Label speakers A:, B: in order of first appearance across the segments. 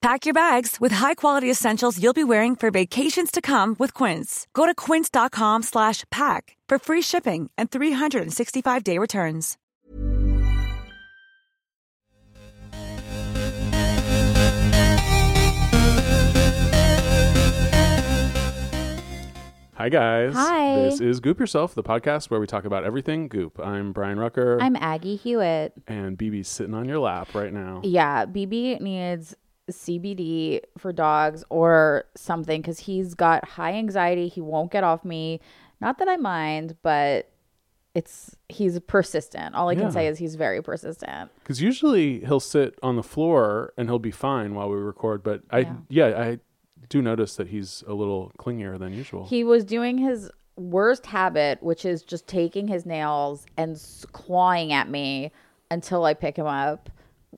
A: Pack your bags with high-quality essentials you'll be wearing for vacations to come with Quince. Go to quince.com slash pack for free shipping and 365-day returns.
B: Hi, guys.
C: Hi.
B: This is Goop Yourself, the podcast where we talk about everything goop. I'm Brian Rucker,
C: I'm Aggie Hewitt.
B: and BB's sitting on your lap right now.
C: Yeah, BB needs CBD for dogs or something because he's got high anxiety. He won't get off me. Not that I mind, but it's he's persistent. All I
B: Yeah.
C: can say is he's very persistent.
B: Because usually he'll sit on the floor and he'll be fine while we record, but I, yeah, I do notice that he's a little clingier than usual.
C: He was doing his worst habit, which is just taking his nails and s- clawing at me until I pick him up,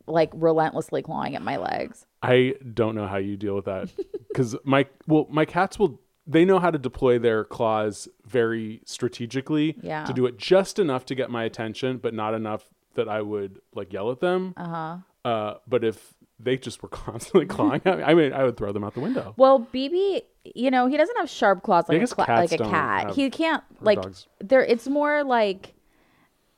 C: like relentlessly clawing at my legs.
B: I don't know how you deal with that because my well, my cats will they know how to deploy their claws very strategically
C: Yeah.
B: to do it just enough to get my attention, but not enough that I would like yell at them. Uh-huh. But if they just were constantly clawing at me, I mean, I would throw them out the window.
C: Well, BB, you know, he doesn't have sharp claws
B: Yeah, I
C: like a,
B: guess
C: cla-
B: cats
C: like a
B: don't
C: cat.
B: have-
C: He can't
B: or
C: like
B: dogs.
C: there. It's more like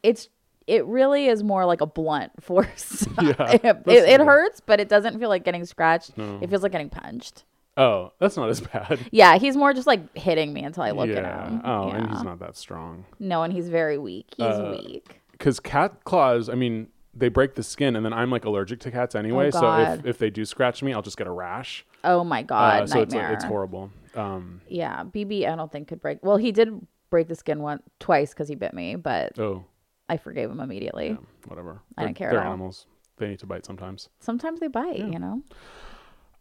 C: it's it really is more like a blunt force.
B: Yeah,
C: it,
B: that's
C: it
B: true.
C: hurts, but it doesn't feel like getting scratched. It feels like getting punched.
B: Oh, that's not as bad.
C: Yeah, he's more just like hitting me until I look at him.
B: Oh, and Uh,
C: Yeah.
B: he's not that strong.
C: No, and he's very weak. He's weak.
B: because cat claws, I mean, they break the skin, and then I'm like allergic to cats anyway. so if,
C: Oh, God.
B: if they do scratch me, I'll just get a rash.
C: Oh my
B: Uh,
C: god,
B: so it's
C: nightmare.
B: like, it's horrible. Um,
C: Yeah, BB, I don't think could break. Well, he did break the skin one twice because he bit me, but
B: oh,
C: I forgave him immediately.
B: whatever.
C: I
B: They're-
C: don't care at
B: They're
C: all.
B: animals. They need to bite sometimes.
C: Sometimes they bite, you know.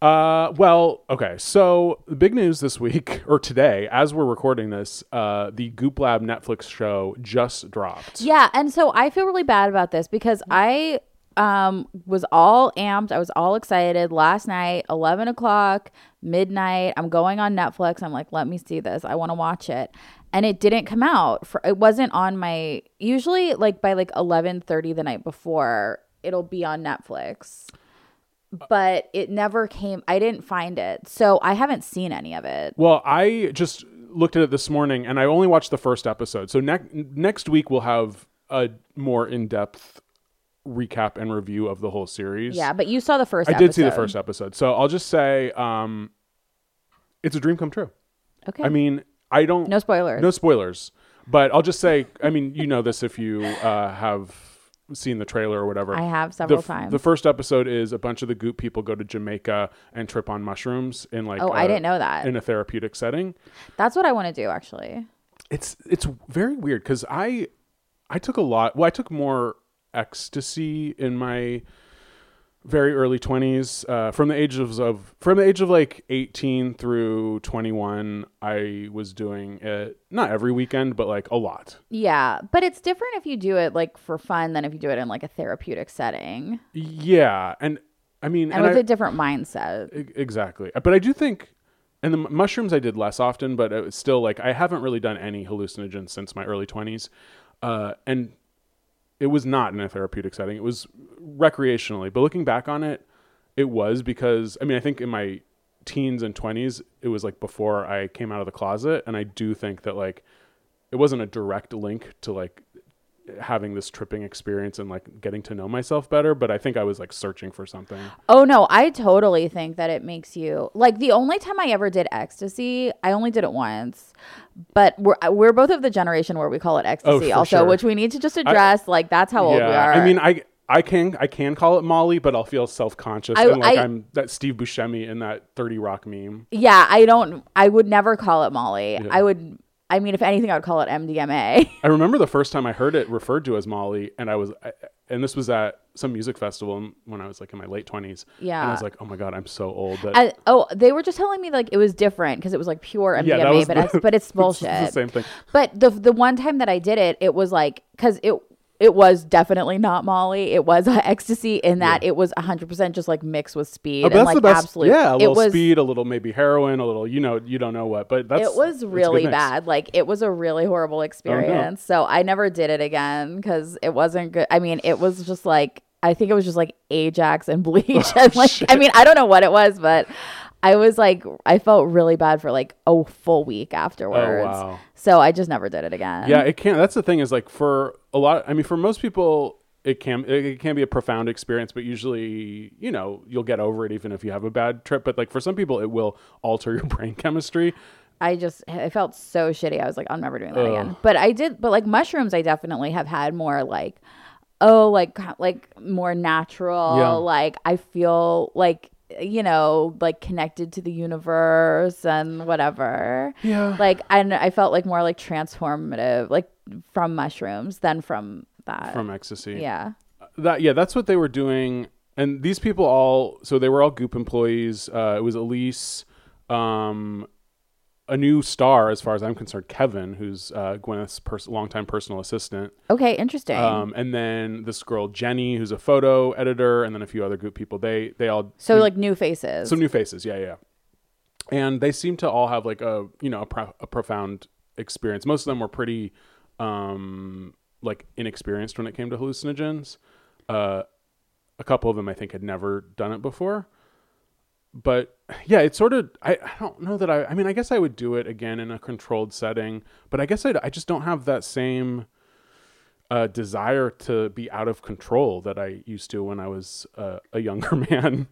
B: Uh, well, okay. So the big news this week or today, as we're recording this, uh, the Goop Lab Netflix show just dropped.
C: Yeah, and so I feel really bad about this because I um was all amped. I was all excited last night, eleven o'clock, midnight. I'm going on Netflix. I'm like, let me see this. I want to watch it, and it didn't come out. For it wasn't on my usually like by like eleven thirty the night before. It'll be on Netflix,
B: Uh.
C: but it never came. I didn't find it, so I haven't seen any of it.
B: Well, I just looked at it this morning, and I only watched the first episode. So next next week we'll have a more in depth recap and review of the whole series.
C: Yeah, but you saw the first.
B: I did see the
C: episode.
B: first episode. So I'll just say um it's a dream come true.
C: Okay.
B: I mean, I don't
C: no spoilers.
B: no spoilers, but I'll just say I mean, you know this if you uh have seen the trailer or whatever.
C: I have
B: The
C: several
B: f-
C: times.
B: The first episode is a bunch of the goop people go to Jamaica and trip on mushrooms in like
C: Oh, I
B: I
C: didn't know that.
B: in a therapeutic setting.
C: That's what I want to do actually.
B: It's it's very weird because I I took a lot. Well, I took more ecstasy in my very early 20s uh, from the age of, of from the age of like 18 through 21 i was doing it not every weekend but like a lot
C: Yeah, but it's different if you do it like for fun than if you do it in like a therapeutic setting
B: yeah and i mean
C: and, with
B: I-
C: a different mindset.
B: E- Exactly. But I do think, and the m- mushrooms I did less often, but it's still like I haven't really done any hallucinogens since my early 20s. Uh, and it was not in a therapeutic setting, it was recreationally. But looking back on it, it was because, I mean, I think in my teens and 20s, it was like before I came out of the closet. And I do think that like it wasn't a direct link to like having this tripping experience and like getting to know myself better, but I think I was like searching for something.
C: Oh no, I totally think that it makes you like the only time I ever did ecstasy, I only did it once. But we're uh, we're both of the generation where we call it ecstasy
B: Oh, for
C: also,
B: sure.
C: which we need to just address like that's how old we
B: yeah,
C: are.
B: I mean, I I can I can call it Molly, but I'll feel self conscious
C: I-
B: and like
C: I-
B: I, am that Steve Buscemi in that Thirty Rock meme.
C: yeah, I don't I would never call it Molly. I would I mean if anything I would call it MDMA.
B: I remember the first time I heard it referred to as Molly, and I was, I, and this was at some music festival when I was like in my late twenties. and
C: Yeah.
B: I was like, oh my god, I'm so old. That
C: I, oh, they were just telling me like it was different because it was like pure MDMA,
B: Yeah, that was
C: but
B: the-
C: it's, but it's bullshit.
B: the same thing.
C: But the the one time that I did it, it was like because it it was definitely not Molly. It was ecstasy in that it was hundred percent just like mixed with speed
B: Oh, but
C: and
B: that's
C: like
B: the best.
C: absolute.
B: Yeah, a
C: it
B: little
C: was
B: speed, a little maybe heroin, a little you know you don't know what, but that's
C: it
B: it's
C: was
B: a good
C: really
B: mix. Oh,
C: bad. Like it was a really horrible experience. So I never did it again because it wasn't good. I mean, it was just like I think it was just like Ajax and
B: Oh,
C: bleach and like I mean I don't know what it was, but I was like I felt really bad for like a full week afterwards.
B: Oh, wow.
C: So I just never did it again.
B: Yeah, it can. That's the thing is like for a lot. I mean, for most people, it can it, it can be a profound experience, but usually, you know, you'll get over it even if you have a bad trip. But like for some people, it will alter your brain chemistry.
C: I just I felt so shitty. I was like, I'm never doing that again. But I did. But like mushrooms, I definitely have had more like, oh, like ki- like more natural.
B: Yeah.
C: Like I feel like you know like connected to the universe and whatever.
B: Yeah.
C: Like and I felt like more like transformative like from mushrooms than from that.
B: From ecstasy.
C: yeah.
B: that yeah that's what they were doing and these people all so they were all goop employees uh, it was elise um, a new star as far as i'm concerned kevin who's uh, gwyneth's pers- longtime personal assistant
C: Okay. Interesting.
B: um, and then this girl jenny who's a photo editor and then a few other goop people they they all
C: so like new faces.
B: some new faces yeah yeah and they seem to all have like a you know a, pro- a profound experience most of them were pretty um like inexperienced when it came to hallucinogens uh a couple of them i think had never done it before but yeah it's sort of I, I don't know that i i mean i guess i would do it again in a controlled setting but i guess I'd, i just don't have that same uh, desire to be out of control that i used to when i was uh, a younger man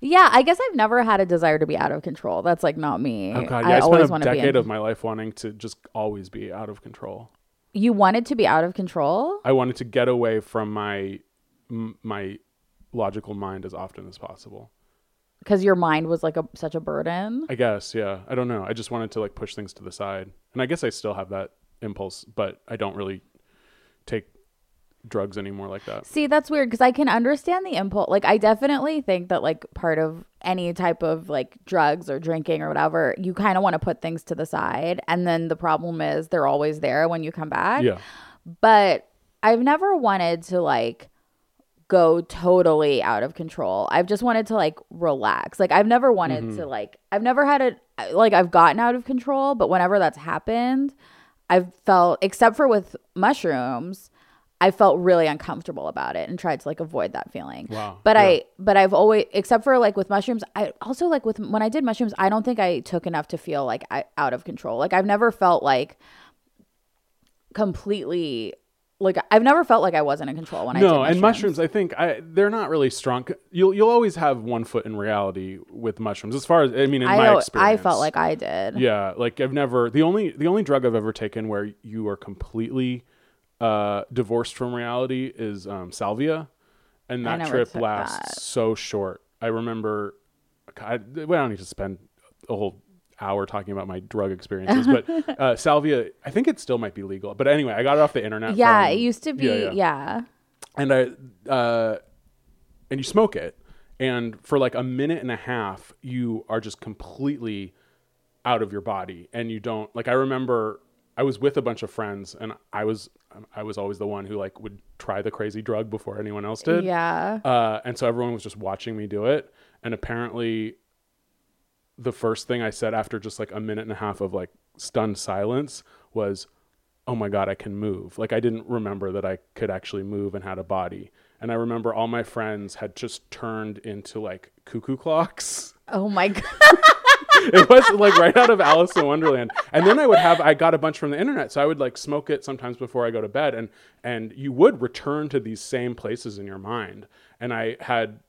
C: yeah. I guess I've never had a desire to be out of control. That's like not me.
B: Oh god, yeah, I,
C: always
B: spent
C: want
B: a
C: to be in
B: decade of my life wanting to just always be out of control.
C: you wanted to be out of control
B: I wanted to get away from my m- my logical mind as often as possible.
C: because your mind was like a such a burden.
B: I guess, yeah. I don't know. I just wanted to like push things to the side. And I guess I still have that impulse, but I don't really take drugs anymore like that.
C: See, that's weird because I can understand the impulse. Like, I definitely think that like part of any type of like drugs or drinking or whatever, you kind of want to put things to the side, and then the problem is they're always there when you come back.
B: Yeah.
C: But I've never wanted to like go totally out of control. I've just wanted to like relax. Like I've never wanted
B: Mm-hmm.
C: to like I've never had it like I've gotten out of control, but whenever that's happened, I've felt except for with mushrooms, I felt really uncomfortable about it and tried to like avoid that feeling.
B: Wow.
C: But
B: Yeah.
C: I but I've always except for like with mushrooms, I also like with when I did mushrooms, I don't think I took enough to feel like I, out of control. Like I've never felt like completely like I've never felt like I wasn't in control when I did
B: no,
C: mushrooms.
B: and mushrooms, I think I they're not really strong. You'll you'll always have one foot in reality with mushrooms as far as I mean in
C: I
B: my
C: al- I
B: experience.
C: felt like I did.
B: Yeah, like I've never the only the only drug I've ever taken where you are completely uh divorced from reality is um salvia and
C: I
B: that
C: never
B: trip
C: took
B: lasts
C: that.
B: so short. I remember I, we don't need to spend a whole hour talking about my drug experiences, but uh salvia I think it still might be legal. But anyway, I got it off the internet.
C: Yeah,
B: from-
C: it used to be. Yeah,
B: and I uh, and you smoke it, and for like a minute and a half, you are just completely out of your body, and you don't like. I remember I was with a bunch of friends, and I was I was always the one who like would try the crazy drug before anyone else did.
C: Yeah.
B: Uh, and so everyone was just watching me do it, and apparently, the first thing I said after just like a minute and a half of like stunned silence was, "Oh my god, I can move!" Like I didn't remember that I could actually move and had a body. And I remember all my friends had just turned into like cuckoo clocks.
C: Oh my god.
B: it was like right out of Alice in Wonderland. And then I would have I got a bunch from the internet, so I would like smoke it sometimes before I go to bed, and and you would return to these same places in your mind. And I had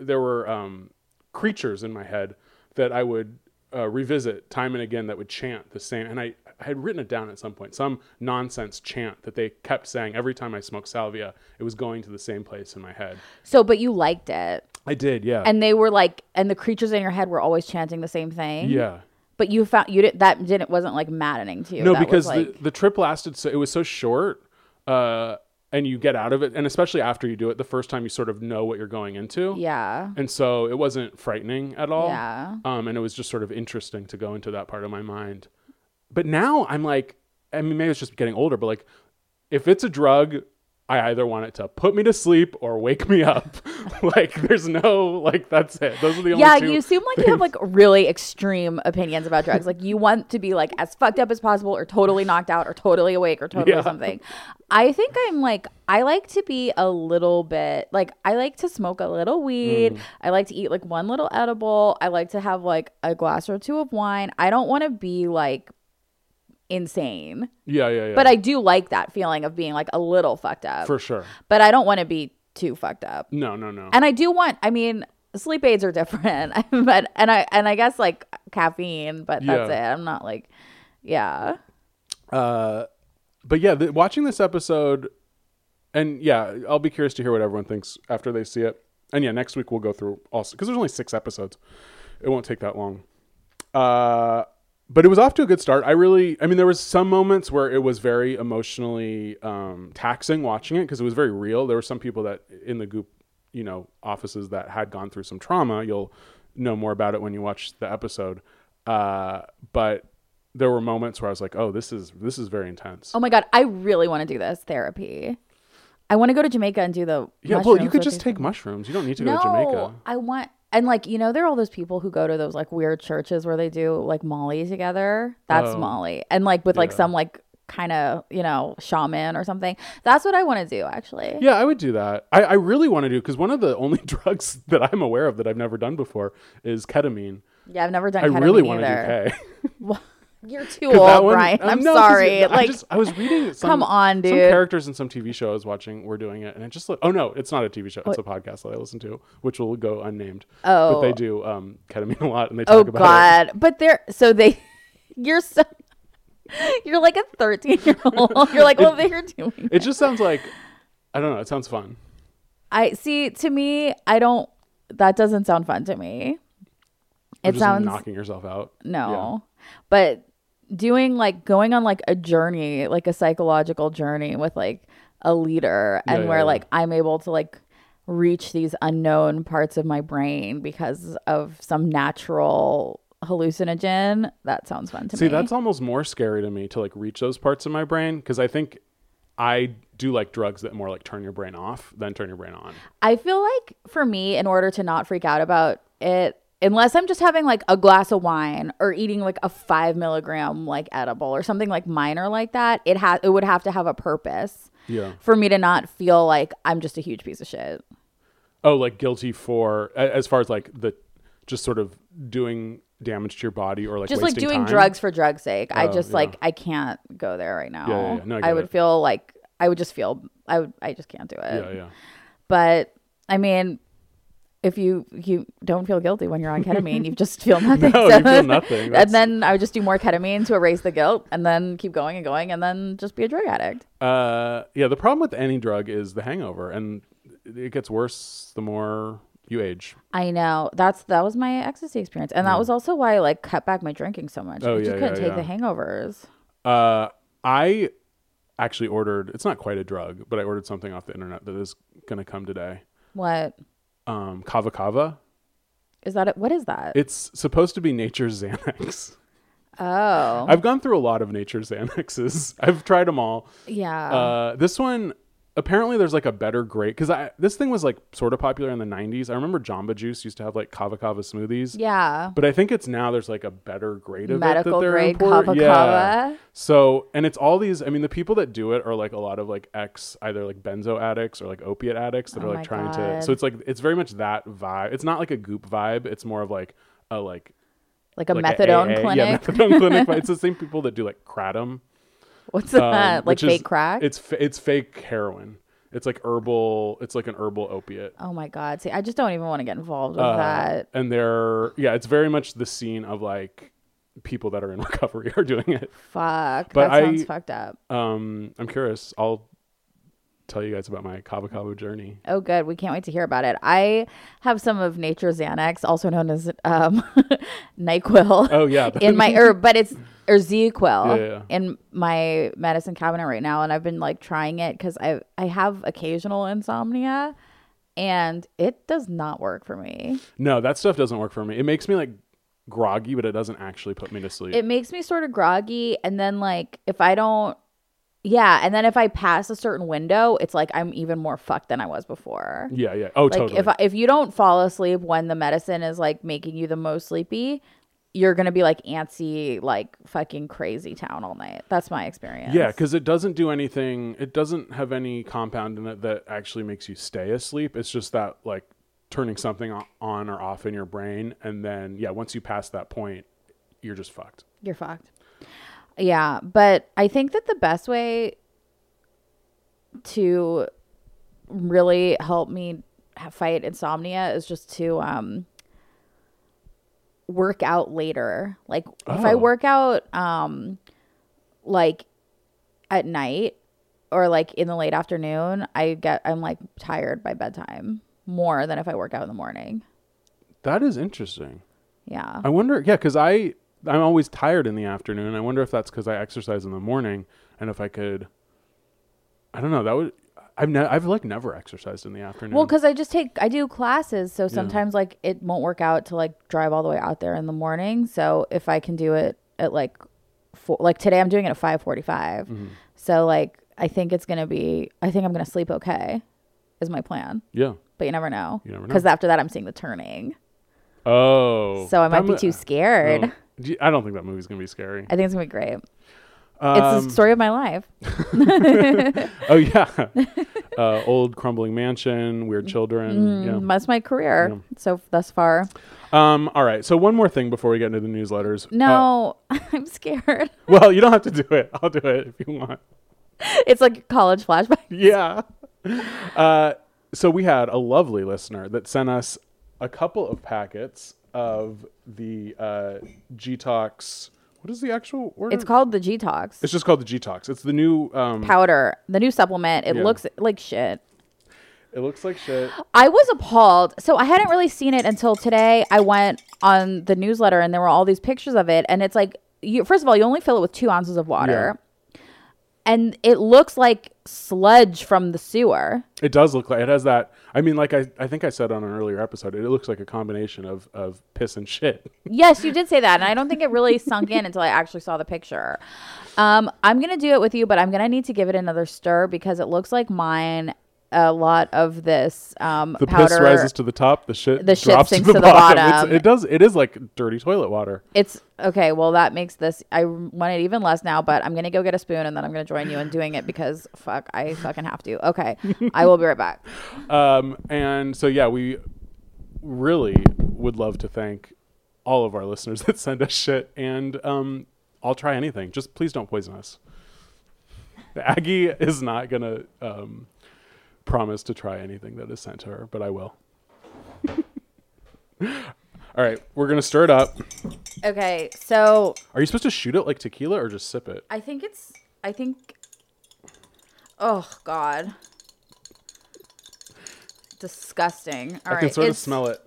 B: there were um, creatures in my head that I would uh, revisit time and again that would chant the same. And I, I had written it down at some point, some nonsense chant that they kept saying every time I smoked salvia. It was going to the same place in my head.
C: So, but you liked it.
B: I did, yeah,
C: And they were like, and the creatures in your head were always chanting the same thing.
B: yeah.
C: But you found you didn't that didn't wasn't like maddening to you.
B: No,
C: That was,
B: because
C: like,
B: the, the trip lasted so it was so short, uh, and you get out of it, and especially after you do it the first time, you sort of know what you're going into.
C: yeah,
B: And so it wasn't frightening at all.
C: Yeah.
B: Um, and it was just sort of interesting to go into that part of my mind. But now I'm like, I mean, maybe it's just getting older, but like, if it's a drug, I either want it to put me to sleep or wake me up. like, there's no like, that's it. Those are the only
C: yeah.
B: two
C: You seem like you have like really extreme opinions about drugs. like you want to be like as fucked up as possible, or totally knocked out, or totally awake, or totally
B: Yeah.
C: something. I think I'm like I like to be a little bit like I like to smoke a little weed.
B: Mm.
C: I like to eat like one little edible. I like to have like a glass or two of wine. I don't want to be like insane.
B: yeah, yeah, yeah.
C: But I do like that feeling of being like a little fucked up.
B: for sure.
C: But I don't want to be too fucked up.
B: No, no, no.
C: And I do want I mean, sleep aids are different. but and I and I guess like caffeine, but that's
B: Yeah.
C: it. I'm not like yeah.
B: but yeah, the, watching this episode, and yeah, I'll be curious to hear what everyone thinks after they see it. And yeah, next week we'll go through also because there's only six episodes. It won't take that long. Uh, but it was off to a good start. I really, I mean, there was some moments where it was very emotionally um, taxing watching it because it was very real. There were some people that in the goop, you know, offices that had gone through some trauma. You'll know more about it when you watch the episode. Uh, but there were moments where I was like, "Oh, this is this is very intense."
C: Oh my god, I really want to do this therapy. I want to go to Jamaica and do the
B: Yeah, well, you
C: mushrooms
B: could
C: with
B: just
C: these-
B: take mushrooms. You don't need to go
C: no,
B: to Jamaica.
C: I want and like you know, there are all those people who go to those like weird churches where they do like Molly together. That's
B: Oh.
C: Molly, and like with like some like kind of you know shaman or something. That's what I want to do actually.
B: Yeah, I would do that. I, I really want to do because one of the only drugs that I'm aware of that I've never done before is ketamine.
C: Yeah, I've never done.
B: I
C: ketamine
B: really want
C: either.
B: to do K.
C: You're too old, Brian. I'm sorry.
B: um, I,
C: like
B: just, I was reading. Some,
C: come on,
B: Some
C: dude.
B: characters in some TV show I was watching were doing it, and it just looked. Oh no, it's not a TV show. It's a podcast that I listen to, which will go unnamed. Oh, but they do um, ketamine a lot, and they
C: oh
B: talk about it.
C: god, but they're so they. You're so. You're like a 13 year old. You're like, well, they're doing.
B: It just sounds like I don't know. It sounds fun.
C: I see. To me, I don't. That doesn't sound fun to me.
B: You're
C: It
B: just
C: sounds
B: knocking yourself out.
C: No. But doing like going on like a journey, like a psychological journey with like a leader and
B: yeah,
C: where
B: yeah.
C: like I'm able to like reach these unknown parts of my brain because of some natural hallucinogen, that sounds fun to
B: See,
C: me.
B: that's almost more scary to me to like reach those parts of my brain because I think I do like drugs that more like turn your brain off than turn your brain on.
C: I feel like for me, in order to not freak out about it, unless I'm just having like a glass of wine or eating like a five milligram like edible or something like minor like that, it ha- it would have to have a purpose.
B: Yeah.
C: For me to not feel like I'm just a huge piece of shit.
B: Oh, like guilty for a- as far as like the just sort of doing damage to your body or like
C: Just like
B: wasting
C: doing
B: time.
C: drugs for drugs' sake. I
B: Oh,
C: just
B: yeah.
C: like I can't go there right now.
B: Yeah, yeah, yeah. No, I
C: I,
B: get
C: would
B: it.
C: feel like I would just feel I would I just can't do it.
B: Yeah, yeah.
C: But I mean, if you you don't feel guilty when you're on ketamine, you just feel nothing.
B: No, you feel nothing. That's-
C: and then I would just do more ketamine to erase the guilt, and then keep going and going, and then just be a drug addict.
B: Uh, yeah. The problem with any drug is the hangover, and it gets worse the more you age.
C: I know that's that was my ecstasy experience, and that was also why I like cut back my drinking so much.
B: Oh,
C: I just
B: yeah,
C: couldn't
B: yeah,
C: take the hangovers.
B: Uh, I actually ordered. It's not quite a drug, but I ordered something off the internet that is going to come today.
C: What
B: Um, kava kava.
C: is that? What is that?
B: It's supposed to be nature's Xanax.
C: oh,
B: I've gone through a lot of nature's Xanaxes. I've tried them all.
C: yeah.
B: Uh, this one, apparently, there's like a better grade because I this thing was like sort of popular in the '90s. I remember Jamba Juice used to have like kava kava smoothies.
C: yeah.
B: But I think it's now there's like a better grade of it that
C: Medical
B: they're
C: grade
B: import-
C: kava
B: yeah.
C: kava?
B: So and it's all these. I mean, the people that do it are like a lot of like ex either like benzo addicts or like opiate addicts that
C: Oh
B: are
C: my
B: like trying to.
C: God.
B: So it's like it's very much that vibe. It's not like a goop vibe. It's more of like a like
C: Like a
B: like a
C: methadone
B: AA.
C: clinic.
B: Yeah, methadone clinic. but It's the same people that do like kratom.
C: What's
B: um,
C: that? like
B: which is-
C: fake crack?
B: It's fa- it's fake heroin. It's like herbal. It's like an herbal opiate.
C: oh my god. See, I just don't even want to get involved with
B: Uh,
C: that.
B: And they're yeah, it's very much the scene of like people that are in recovery are doing it.
C: Fuck.
B: but
C: That sounds
B: I-
C: fucked up.
B: Um, I'm curious. I'll tell you guys about my Kava Kava journey.
C: Oh, good. We can't wait to hear about it. I have some of Nature Xanax, also known as um, NyQuil,
B: Oh yeah,
C: in my or but it's or
B: Yeah,
C: ZQuil
B: yeah, yeah.
C: in my medicine cabinet right now, and I've been like trying it because I I have occasional insomnia, and it does not work for me.
B: no, that stuff doesn't work for me. It makes me like groggy, but it doesn't actually put me to sleep.
C: It makes me sort of groggy, and then like if I don't. Yeah, and then if I pass a certain window, it's like I'm even more fucked than I was before.
B: yeah, yeah. Oh,
C: Like
B: totally.
C: if I, if you don't fall asleep when the medicine is like making you the most sleepy, you're gonna be like antsy, like fucking crazy town all night. That's my experience.
B: Yeah, because it doesn't do anything. It doesn't have any compound in it that actually makes you stay asleep. It's just that like turning something o- on or off in your brain, and then yeah, once you pass that point, you're just fucked.
C: you're fucked. Yeah, but I think that the best way to really help me ha- fight insomnia is just to um work out later. Like if I
B: Oh.
C: work out um like at night or like in the late afternoon, I get I'm like tired by bedtime more than if I work out in the morning.
B: That is interesting.
C: Yeah.
B: I wonder. Yeah, because I I'm always tired in the afternoon. I wonder if that's because I exercise in the morning, and if I could. I don't know. That would. I've ne- I've like never exercised in the afternoon.
C: Well, because I just take I do classes, so sometimes like it won't work out to like drive all the way out there in the morning. So if I can do it at like four, like today I'm doing it at five
B: Mm-hmm.
C: So like I think it's gonna be I think I'm gonna sleep okay, is my plan.
B: yeah.
C: But you never know.
B: You never know.
C: Because after that I'm seeing the turning,
B: Oh.
C: so I might
B: That
C: be
B: mo-
C: too scared.
B: No. Do you- I don't think that movie's gonna be scary.
C: I think it's gonna be great. it's
B: Um,
C: the story of my life.
B: oh yeah, uh, old crumbling mansion, weird children. yeah.
C: That's my career. So thus far,
B: Um, all right. So one more thing before we get into the newsletters. Uh,
C: no, I'm scared.
B: well, you don't have to do it. I'll do it if you want.
C: it's like college flashback.
B: Yeah. Uh, so we had a lovely listener that sent us a couple of packets of the uh, G Tox. What is the actual word?
C: It's called the G Talks.
B: It's just called the G Tox. It's the new. Um,
C: powder, the new supplement. It
B: Yeah.
C: looks like shit.
B: it looks like shit.
C: I was appalled. So I hadn't really seen it until today. I went on the newsletter and there were all these pictures of it. And it's like, you, first of all, you only fill it with two ounces of water. And it looks like sludge from the sewer.
B: It does look like it has that. I mean, like I, I think I said on an earlier episode, it looks like a combination of of piss and shit.
C: Yes, you did say that. And I don't think it really sunk in until I actually saw the picture. Um, I'm going to do it with you, but I'm going to need to give it another stir because it looks like mine. A lot of this um,
B: The
C: powder.
B: piss rises to the top. The shit.
C: The shit
B: drops
C: sinks
B: to the bottom. It's-
C: bottom.
B: it does. It is like dirty toilet water.
C: It's okay. Well, that makes this. I want it even less now, but I'm gonna go get a spoon and then I'm gonna join you in doing it because fuck, I fucking have to. Okay, I will be right back.
B: Um, and so yeah, we really would love to thank all of our listeners that send us shit. And um, I'll try anything. Just please don't poison us. Aggie is not gonna um, promise to try anything that is sent to her, but I will. all right, we're gonna stir it up.
C: Okay, so
B: Are you supposed to shoot it like tequila or just sip it?
C: I think it's. I think. Oh God. Disgusting. All right,
B: I can sort
C: it's,
B: of smell it.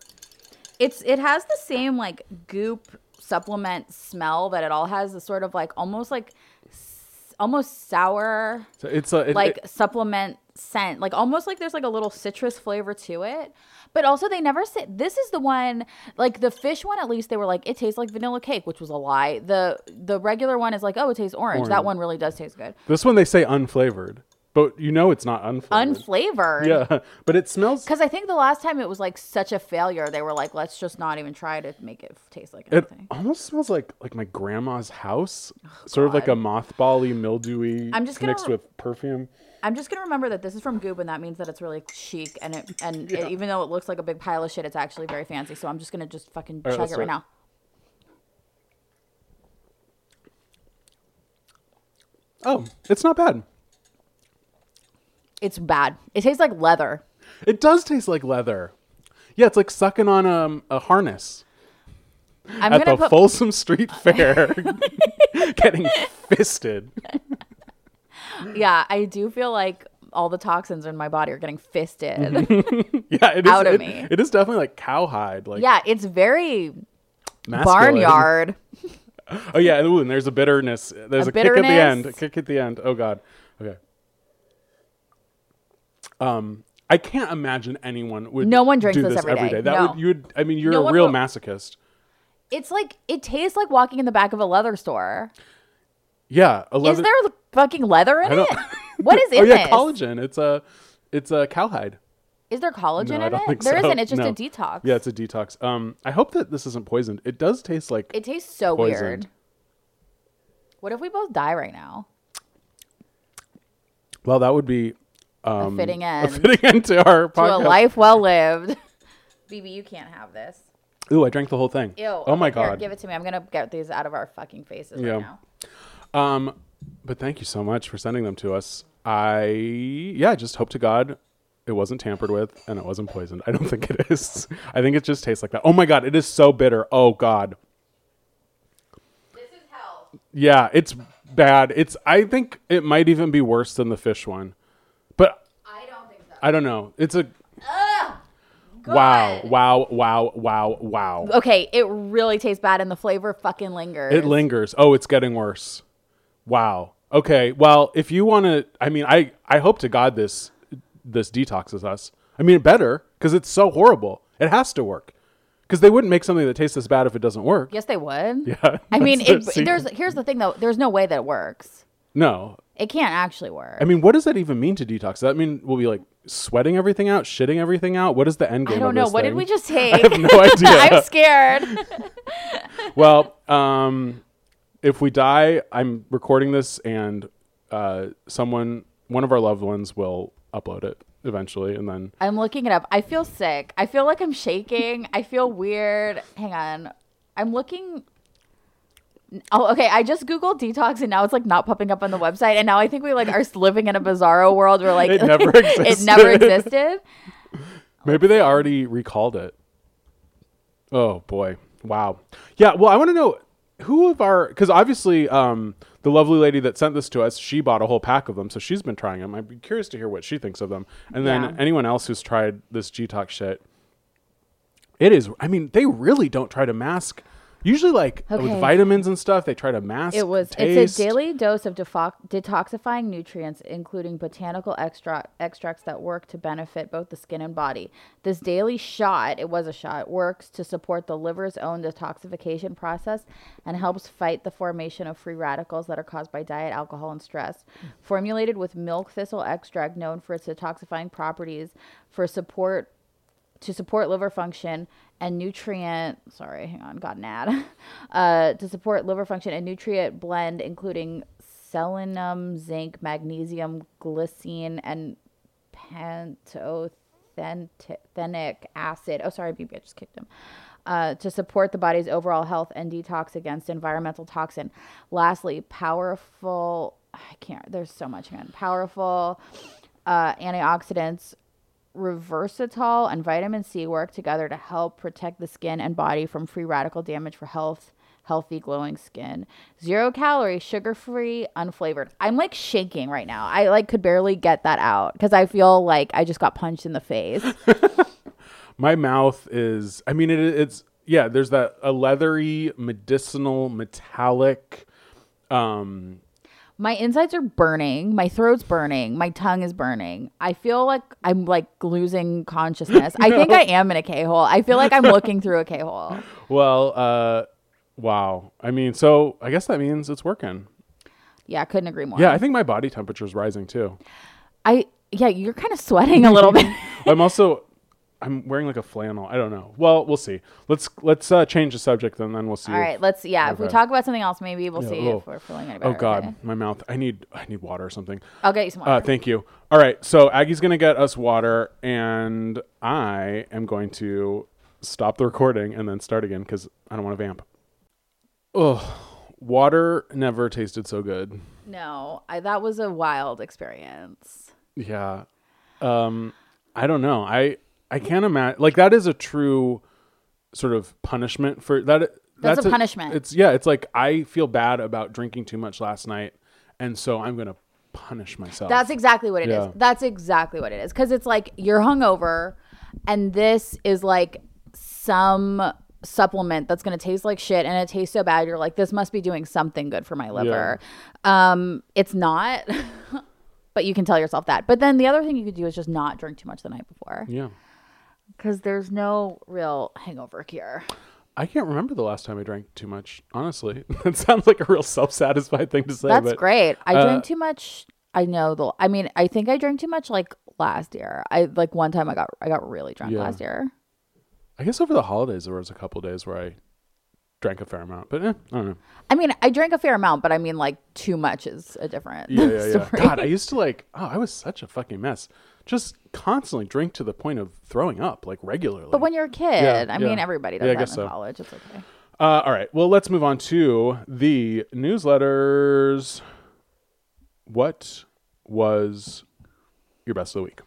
C: It's it has the same like goop supplement smell that it all has. The sort of like almost like s- almost sour.
B: So it's a it,
C: like
B: it-
C: supplement scent like almost like there's like a little citrus flavor to it but also they never say this is the one like the fish one at least they were like it tastes like vanilla cake which was a lie the the regular one is like oh it tastes orange, that
B: Orange.
C: one really does taste good
B: this one they say unflavored, but you know it's not unflavored.
C: unflavored
B: yeah, but it smells.
C: because i think the last time it was like such a failure they were like let's just not even try to make it taste like
B: It
C: anything
B: almost smells like like my grandma's house, sort of like a mothball-y, mildewy,
C: Oh, I'm just gonna
B: mixed
C: re-
B: with perfume.
C: i'm just gonna remember that this is from goop and that means that it's really chic and it and it, even though it looks like a big pile of shit it's actually very fancy so i'm just gonna just fucking
B: right,
C: chug
B: let's
C: it
B: do
C: right
B: it.
C: now
B: Oh, it's not bad.
C: It's bad. It tastes like leather.
B: It does taste like leather. Yeah, it's like sucking on um, a harness
C: I'm
B: at the
C: gonna put
B: Folsom Street Fair, getting fisted.
C: Yeah, I do feel like all the toxins in my body are getting
B: Mm-hmm.
C: fisted.
B: Yeah, it is.
C: Out of
B: it-
C: me.
B: it is definitely like cowhide, like
C: yeah, it's very
B: masculine.
C: barnyard.
B: Oh yeah, and, ooh, and there's a bitterness. There's
C: A
B: a, kick at the
C: bitterness.
B: end. A kick at the end. Oh god. Okay. Um, I can't imagine anyone would.
C: No one drinks
B: do
C: this every day.
B: That
C: No.
B: would you would. I mean, you're
C: No
B: a
C: one
B: real
C: will-
B: masochist.
C: It's like it tastes like walking in the back of a leather store.
B: Yeah. 11,
C: Is there fucking leather in
B: I
C: it?
B: don't-
C: What is in
B: oh yeah,
C: this?
B: collagen. It's a, it's a cowhide.
C: Is there collagen
B: No, I
C: in
B: don't
C: it?
B: think
C: There
B: so.
C: not It's just
B: No.
C: a detox.
B: Yeah, it's a detox. Um, I hope that this isn't poisoned. It does taste like
C: It tastes so
B: poisoned.
C: weird. What if we both die right now?
B: Well, that would be
C: a fitting
B: Um, a
C: end
B: fitting end to our
C: to a
B: podcast.
C: life well lived. BB, you can't have this.
B: Ooh, I drank the whole thing.
C: Ew.
B: Oh my
C: Here,
B: god.
C: give it to me. I'm gonna get these out of our fucking faces
B: Yeah.
C: right now.
B: Um, but thank you so much for sending them to us. I yeah, just hope to God it wasn't tampered with and it wasn't poisoned. I don't think it is. I think it just tastes like that. Oh my god, it is so bitter. Oh god. This is hell. Yeah, it's bad. It's I think it might even be worse than the fish one. But
C: I don't think so.
B: I don't know. It's a Wow, wow, wow, wow, wow.
C: Okay, it really tastes bad, and the flavor fucking lingers.
B: It lingers. Oh, it's getting worse. Wow. Okay. Well, if you want to, I mean, I I hope to God this this detoxes us. I mean, it better because it's so horrible. It has to work because they wouldn't make something that tastes this bad if it doesn't work.
C: yes, they would.
B: Yeah.
C: I mean,
B: That's their
C: it,
B: secret.
C: there's here's the thing though. There's no way that it works.
B: no.
C: It can't actually work.
B: I mean, what does that even mean to detox? Does that mean we'll be like sweating everything out, shitting everything out? What is the end game?
C: I
B: of
C: don't know.
B: this
C: What did
B: thing?
C: we just take?
B: I have no idea.
C: I'm scared.
B: well, um, if we die, I'm recording this, and uh, someone, one of our loved ones, will upload it eventually, and then
C: I'm looking it up. I feel sick. I feel like I'm shaking. I feel weird. Hang on. I'm looking. Oh, okay. I just googled detox, and now it's like not popping up on the website. And now I think we like are living in a bizarro world where like
B: It never
C: it never
B: existed.
C: existed.
B: maybe they already recalled it. Oh boy! Wow. Yeah. Well, I want to know who of our because obviously um, the lovely lady that sent this to us, she bought a whole pack of them, so she's been trying them. I'd be curious to hear what she thinks of them, and then
C: Yeah.
B: anyone else who's tried this G Talk shit. It is. I mean, they really don't try to mask. Usually, like with
C: Okay.
B: vitamins and stuff, they try to mask.
C: It was. It's
B: taste.
C: a daily dose of defo- detoxifying nutrients, including botanical extra- extracts that work to benefit both the skin and body. This daily shot, it was a shot, works to support the liver's own detoxification process and helps fight the formation of free radicals that are caused by diet, alcohol, and stress. Formulated with milk thistle extract, known for its detoxifying properties, for support to support liver function and nutrient sorry hang on got an ad uh, to support liver function and nutrient blend including selenium zinc magnesium glycine and pantothenic acid oh sorry bb i just kicked him uh, to support the body's overall health and detox against environmental toxin lastly powerful i can't there's so much man powerful uh, antioxidants reversitol and vitamin C work together to help protect the skin and body from free radical damage for health, healthy glowing skin. Zero calorie, sugar free, unflavored. I'm like shaking right now. I like could barely get that out because I feel like I just got punched in the face.
B: my mouth is i mean it, it's yeah there's that a leathery medicinal metallic um
C: My insides are burning. My throat's burning. My tongue is burning. I feel like I'm like losing consciousness. I think I am in a K hole. I feel like I'm looking through a K hole.
B: well uh wow i mean so i guess that means it's working
C: Yeah, couldn't agree more.
B: yeah i think my body temperature is rising too
C: I yeah, you're kind of sweating a little bit.
B: i'm also i'm wearing like a flannel i don't know well we'll see let's let's uh change the subject and then we'll see
C: All
B: if-
C: right, let's yeah. If we
B: Okay.
C: talk about something else, maybe we'll
B: Yeah,
C: see
B: oh.
C: if we're feeling any better.
B: oh god
C: okay?
B: my mouth i need i need water or something
C: I'll get you some water.
B: Uh, thank you. All right. So Aggie's going to get us water, and I am going to stop the recording and then start again because I don't want to vamp. Oh, Water never tasted so good.
C: No, I, that was a wild experience.
B: Yeah. Um I don't know. I I can't imagine like that is a true sort of punishment for that
C: That's a punishment.
B: It's yeah, it's like I feel bad about drinking too much last night and so I'm going to punish myself.
C: That's exactly what it is.
B: Yeah.
C: That's exactly what it is. Because it's like you're hungover, and this is like some supplement that's going to taste like shit and it tastes so bad. You're like, this must be doing something good for my liver. Um, it's not, but you can tell yourself that. But then the other thing you could do is just not drink too much the night before
B: yeah.
C: because there's no real hangover cure.
B: I can't remember the last time I drank too much, honestly. that sounds like a real self-satisfied thing to say,
C: That's
B: but
C: great. I
B: uh,
C: drank too much. I know the. I mean, I think I drank too much like last year. I like one time I got I got really drunk
B: Yeah.
C: last year.
B: I guess over the holidays there was a couple days where I drank a fair amount, but eh, I don't know.
C: I mean, I drank a fair amount, but I mean, like too much is a different
B: Yeah, yeah, yeah.
C: story.
B: God, I used to like. Oh, I was such a fucking mess. Just constantly drink to the point of throwing up, like regularly.
C: But when you're a kid,
B: Yeah,
C: I
B: yeah.
C: mean, everybody does
B: Yeah, I
C: that in
B: guess so.
C: college. It's okay.
B: uh, all right, well, let's move on to the newsletters. What was your best of the week?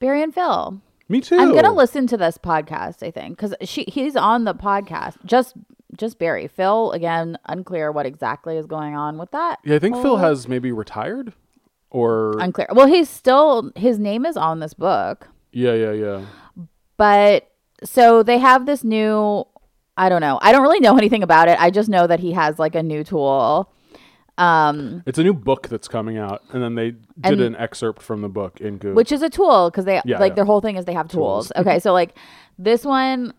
C: Barry and Phil.
B: Me too.
C: I'm gonna listen to this podcast. I think because she he's on the podcast. Just just Barry. Phil again. Unclear what exactly is going on with that.
B: Yeah, I think Phil has maybe retired, or
C: Unclear. Well, he's still his name is on this book.
B: yeah, yeah, yeah.
C: But so they have this new I don't know. I don't really know anything about it. I just know that he has like a new tool. Um
B: It's a new book that's coming out, and then they did
C: And-
B: an excerpt from the book in Goop.
C: which is a tool because they
B: Mm. Yeah, yeah.
C: like
B: Mm-hmm.
C: their whole thing is they have tools. okay, so like this one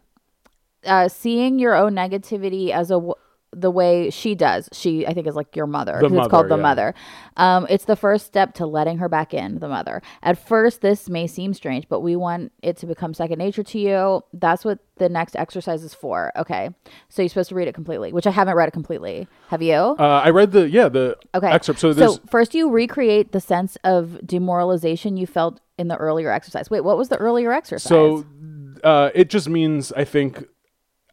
C: uh seeing your own negativity as a w- the way she does. She I think is like your mother.
B: The
C: 'cause
B: mother,
C: it's called the
B: yeah.
C: mother. Um it's the first step to letting her back in, the mother. At first this may seem strange, but we want it to become second nature to you. That's what the next exercise is for. Okay. So you're supposed to read it completely, which I haven't read it completely. Have you?
B: uh, I read the yeah the
C: Okay.
B: excerpt. So there's
C: first, you recreate the sense of demoralization you felt in the earlier exercise. Wait, what was the earlier exercise?
B: So uh, it just means I think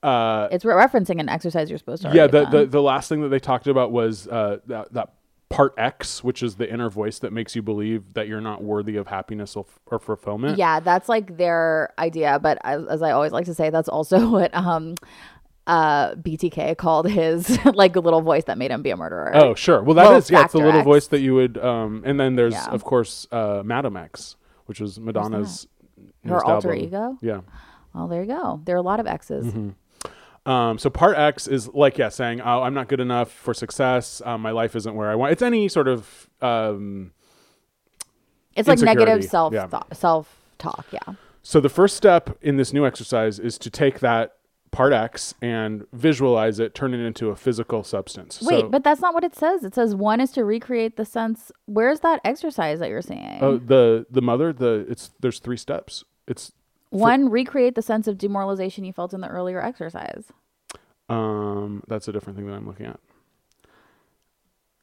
B: uh,
C: it's re- referencing an exercise you're supposed to.
B: yeah
C: already
B: the,
C: have
B: the
C: done.
B: the last thing that they talked about was uh, that that part X, which is the inner voice that makes you believe that you're not worthy of happiness or, or fulfillment.
C: yeah, that's like their idea. But as, as I always like to say, that's also what um, uh, BTK called his like little voice that made him be a murderer.
B: Oh sure. Well, that is
C: Well,
B: yeah. It's the
C: Factor
B: little
C: X.
B: voice that you would. Um, and then there's
C: Yeah.
B: of course uh, Madam X, which is Madonna's newest
C: alter
B: album.
C: ego?
B: Yeah.
C: well, there you go. There are a lot of X's.
B: Mm-hmm. Um, so part X is like, yeah, saying, "Oh, I'm not good enough for success. Um, my life isn't where I want." It's any sort of um,
C: It's like
B: Insecurity.
C: negative self
B: Yeah.
C: self talk. Yeah.
B: So the first step in this new exercise is to take that part X and visualize it, turn it into a physical substance.
C: Wait,
B: so,
C: but that's not what it says. It says one is to recreate the sense. Where's that exercise that you're saying?
B: oh, the the mother, the it's there's three steps. It's
C: One, recreate the sense of demoralization you felt in the earlier exercise.
B: um that's a different thing that I'm looking at.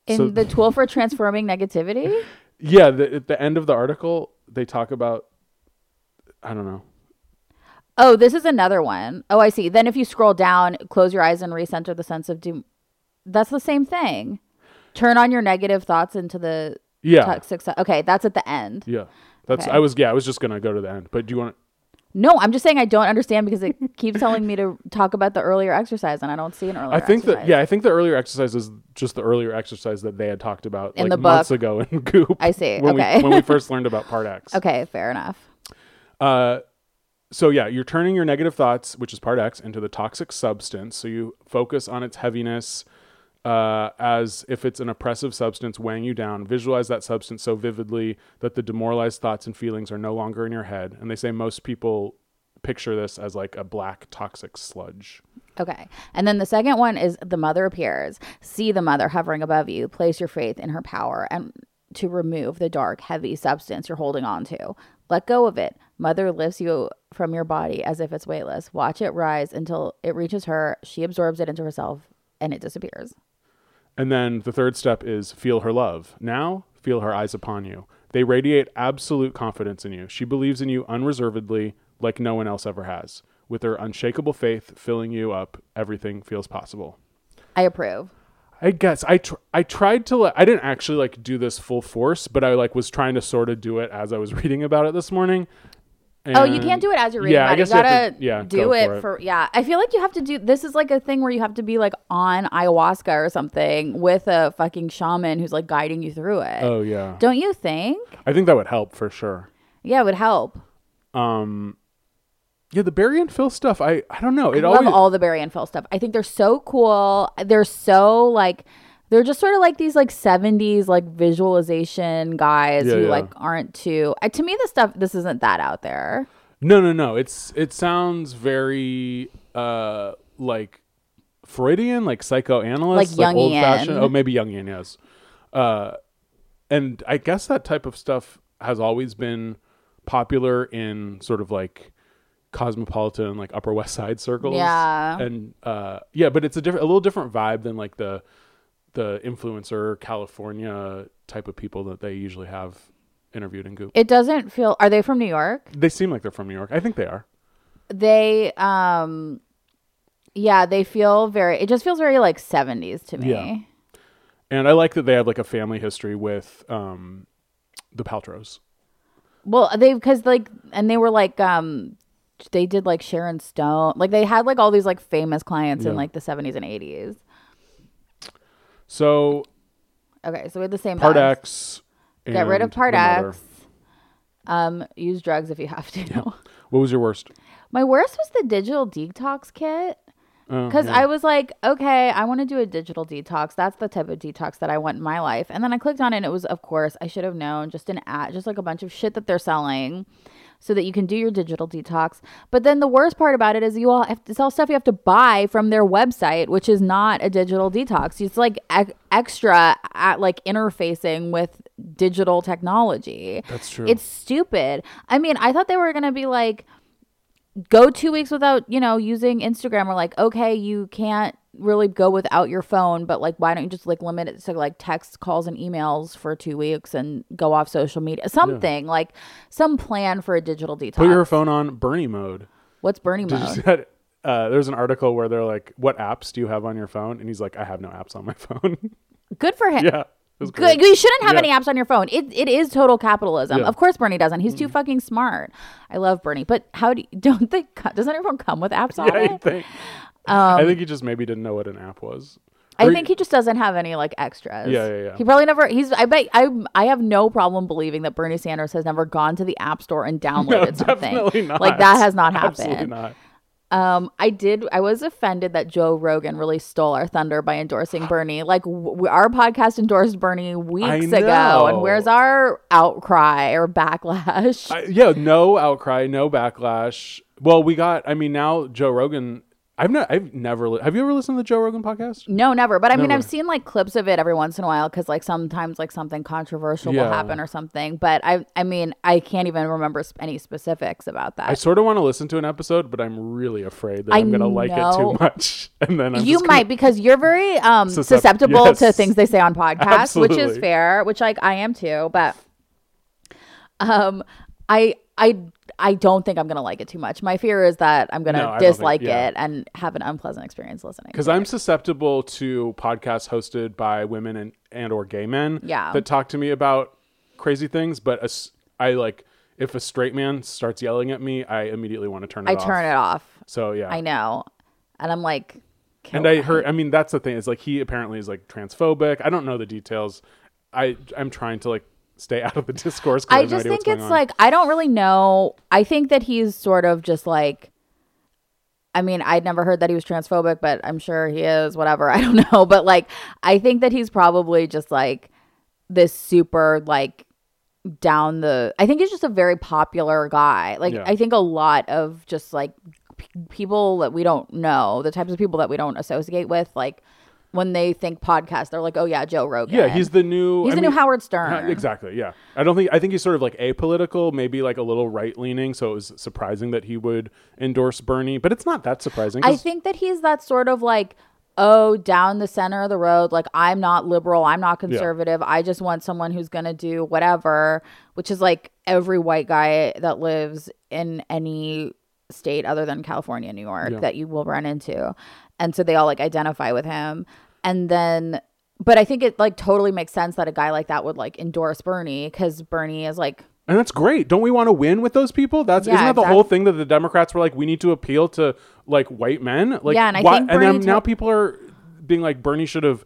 C: In
B: So-
C: the tool for transforming negativity?
B: Yeah, the, at the end of the article they talk about. I don't know.
C: Oh, this is another one. Oh, I see. Then if you scroll down, close your eyes and recenter the sense of doom. That's the same thing. Turn on your negative thoughts into the
B: Yeah,
C: toxic. se- Okay, that's at the end.
B: yeah. That's
C: Okay.
B: I was yeah I was just gonna go to the end, but do you want?
C: No, I'm just saying I don't understand because it keeps telling me to talk about the earlier exercise and I don't see an earlier
B: I think that
C: exercise.
B: yeah I think the earlier exercise is just the earlier exercise that they had talked about
C: In
B: like
C: the book.
B: months ago in Goop.
C: I see.
B: when
C: Okay.
B: we when we first learned about part X.
C: Okay, fair enough.
B: Uh, so yeah, you're turning your negative thoughts, which is part X, into the toxic substance. So you focus on its heaviness uh, as if it's an oppressive substance weighing you down. Visualize that substance so vividly that the demoralized thoughts and feelings are no longer in your head. And they say most people picture this as like a black toxic sludge.
C: Okay. And then the second one is the mother appears. See the mother hovering above you. Place your faith in her power and to remove the dark, heavy substance you're holding on to. Let go of it. Mother lifts you from your body as if it's weightless. Watch it rise until it reaches her. She absorbs it into herself and it disappears.
B: And then the third step is feel her love. Now, feel her eyes upon you. They radiate absolute confidence in you. She believes in you unreservedly, like no one else ever has. With their unshakable faith filling you up, everything feels possible.
C: I approve.
B: I guess I tr- I tried to like, I didn't actually like do this full force, but I like was trying to sort of do it as I was reading about it this morning.
C: Oh, you can't do it as you're reading.
B: yeah,
C: about
B: I
C: it.
B: guess
C: you
B: you have
C: gotta
B: to- yeah,
C: do
B: go
C: it
B: for
C: for,
B: it.
C: yeah. I feel like you have to do this is like a thing where you have to be like on ayahuasca or something with a fucking shaman who's like guiding you through it.
B: Oh yeah,
C: Don't you think?
B: I think that would help for sure.
C: Yeah, it would help.
B: Um, yeah, the Barry and Phil stuff. I I don't know. It
C: I love
B: always
C: all the Barry and Phil stuff. I think they're so cool. They're so like they're just sort of like these like 70s like visualization guys
B: Yeah,
C: who
B: yeah.
C: like aren't too uh, to me this stuff this isn't that out there.
B: no no no. It's it sounds very uh like Freudian, like psychoanalyst,
C: Like Jungian.
B: old fashioned. Oh, maybe Jungian yes. Uh, and I guess that type of stuff has always been popular in sort of like cosmopolitan like upper west side circles
C: Yeah.
B: and uh yeah but it's a different a little different vibe than like the the influencer california type of people that they usually have interviewed in goop
C: It doesn't feel are they from New York?
B: They seem like they're from New York. I think they are.
C: They um yeah, they feel very it just feels very like 70s to me.
B: Yeah. And I like that they have like a family history with um the Paltrows.
C: Well, they because like and they were like um they did like Sharon Stone. Like they had like all these like famous clients in
B: Yeah.
C: like the 70s and 80s.
B: So
C: Okay, so we had the same
B: part
C: vibes.
B: X.
C: Get rid of
B: and
C: part
B: the mother.
C: X. Um, use drugs if you have to.
B: What was your worst?
C: My worst was the digital detox kit.
B: Oh,
C: Because
B: yeah.
C: I was like, okay, I want to do a digital detox. That's the type of detox that I want in my life. And then I clicked on it, and it was, of course, I should have known, just an ad, just like a bunch of shit that they're selling so that you can do your digital detox. But then the worst part about it is you all have to sell stuff you have to buy from their website, which is not a digital detox. It's like e- extra at like interfacing with digital technology.
B: That's true.
C: It's stupid. I mean, I thought they were going to be like, go two weeks without you know using instagram or like okay you can't really go without your phone but like why don't you just like limit it to like text calls and emails for two weeks and go off social media something like some plan for a digital detox
B: Put your phone on Bernie mode.
C: what's bernie
B: Did you see
C: mode
B: that? Uh, there's an article where they're like, "What apps do you have on your phone?" And he's like, "I have no apps on my phone."
C: good for him
B: yeah, it was
C: Good.
B: great.
C: You shouldn't have
B: Yeah.
C: any apps on your phone. It, it is total capitalism.
B: Yeah. Mm-hmm.
C: Of course, Bernie doesn't. He's too fucking smart. I love Bernie, but how do you, don't they? co- Doesn't everyone come with apps on
B: Yeah, I
C: it?
B: think. I think he just maybe didn't know what an app was.
C: Um, I
B: Or-
C: think he just doesn't have any like extras.
B: Yeah, yeah, yeah.
C: He probably never. He's. I bet. I. I have no problem believing that Bernie Sanders has never gone to the app store and downloaded something.
B: definitely not.
C: Like that has not happened.
B: Absolutely not.
C: Um, I did. I was offended that Joe Rogan really stole our thunder by endorsing Bernie. Like w- our podcast endorsed Bernie weeks ago, and
B: know.
C: where's our outcry or backlash?
B: I, yeah, no outcry, no backlash. Well, we got. I mean, now Joe Rogan. I've not. I've never. Li- have you ever listened to the Joe Rogan podcast?
C: No, never. But I mean,
B: Never.
C: I've seen like clips of it every once in a while because like sometimes like something controversial will
B: Yeah.
C: happen or something. But I, I mean, I can't even remember sp- any specifics about
B: I
C: that.
B: sort of want to listen to an episode, but I'm really afraid that
C: I
B: I am going to like it
C: know.
B: too much, and then I'm
C: you
B: just gonna-
C: might because you're very um
B: Suscept-
C: susceptible to
B: yes.
C: things they say on podcasts, which is
B: Absolutely.
C: fair. Which like I am too, but um, I, I. I don't think I'm gonna like it too much. My fear is that I'm gonna
B: No, I don't think-
C: dislike
B: yeah.
C: it and have an unpleasant experience listening.
B: because I'm susceptible to podcasts hosted by women and and or gay men
C: Yeah.
B: that talk to me about crazy things. But a s I like if a straight man starts yelling at me, I immediately want to turn it
C: I
B: off.
C: turn it off.
B: So yeah,
C: I know, and I'm like,
B: and I heard. I mean, that's the thing. Is like he apparently is like transphobic. I don't know the details. I I'm trying to like stay out of the discourse. 'cause
C: I
B: have no
C: just
B: idea what's
C: think it's
B: going on.
C: like I don't really know. I think that he's sort of just like I mean, I'd never heard that he was transphobic, but I'm sure he is, whatever. I don't know, but like I think that he's probably just like this super like down the I think he's just a very popular guy. Like
B: Yeah.
C: I think a lot of just like p- people that we don't know, the types of people that we don't associate with like when they think podcast, they're like, "Oh yeah, Joe Rogan."
B: yeah, he's the new
C: He's
B: I
C: the new
B: mean-
C: Howard Stern.
B: Uh, exactly. Yeah. I don't think I think he's sort of like apolitical, maybe like a little right leaning. So it was surprising that he would endorse Bernie, but it's not that surprising.
C: I
B: 'cause-
C: think that he's that sort of like, oh, down the center of the road. Like, I'm not liberal. I'm not conservative. I just want someone who's going to do whatever, which is like every white guy that lives in any state other than California, New York
B: Yeah.
C: that you will run into. And so they all like identify with him. And then but I think it like totally makes sense that a guy like that would like endorse Bernie cuz Bernie is like
B: And that's great. Don't we want to win with those people? That's
C: Yeah,
B: isn't that the
C: exact-
B: whole thing that the Democrats were like, we need to appeal to like white men? Like
C: Yeah, and I think
B: and then
C: Bernie
B: now
C: told-
B: people are being like Bernie should have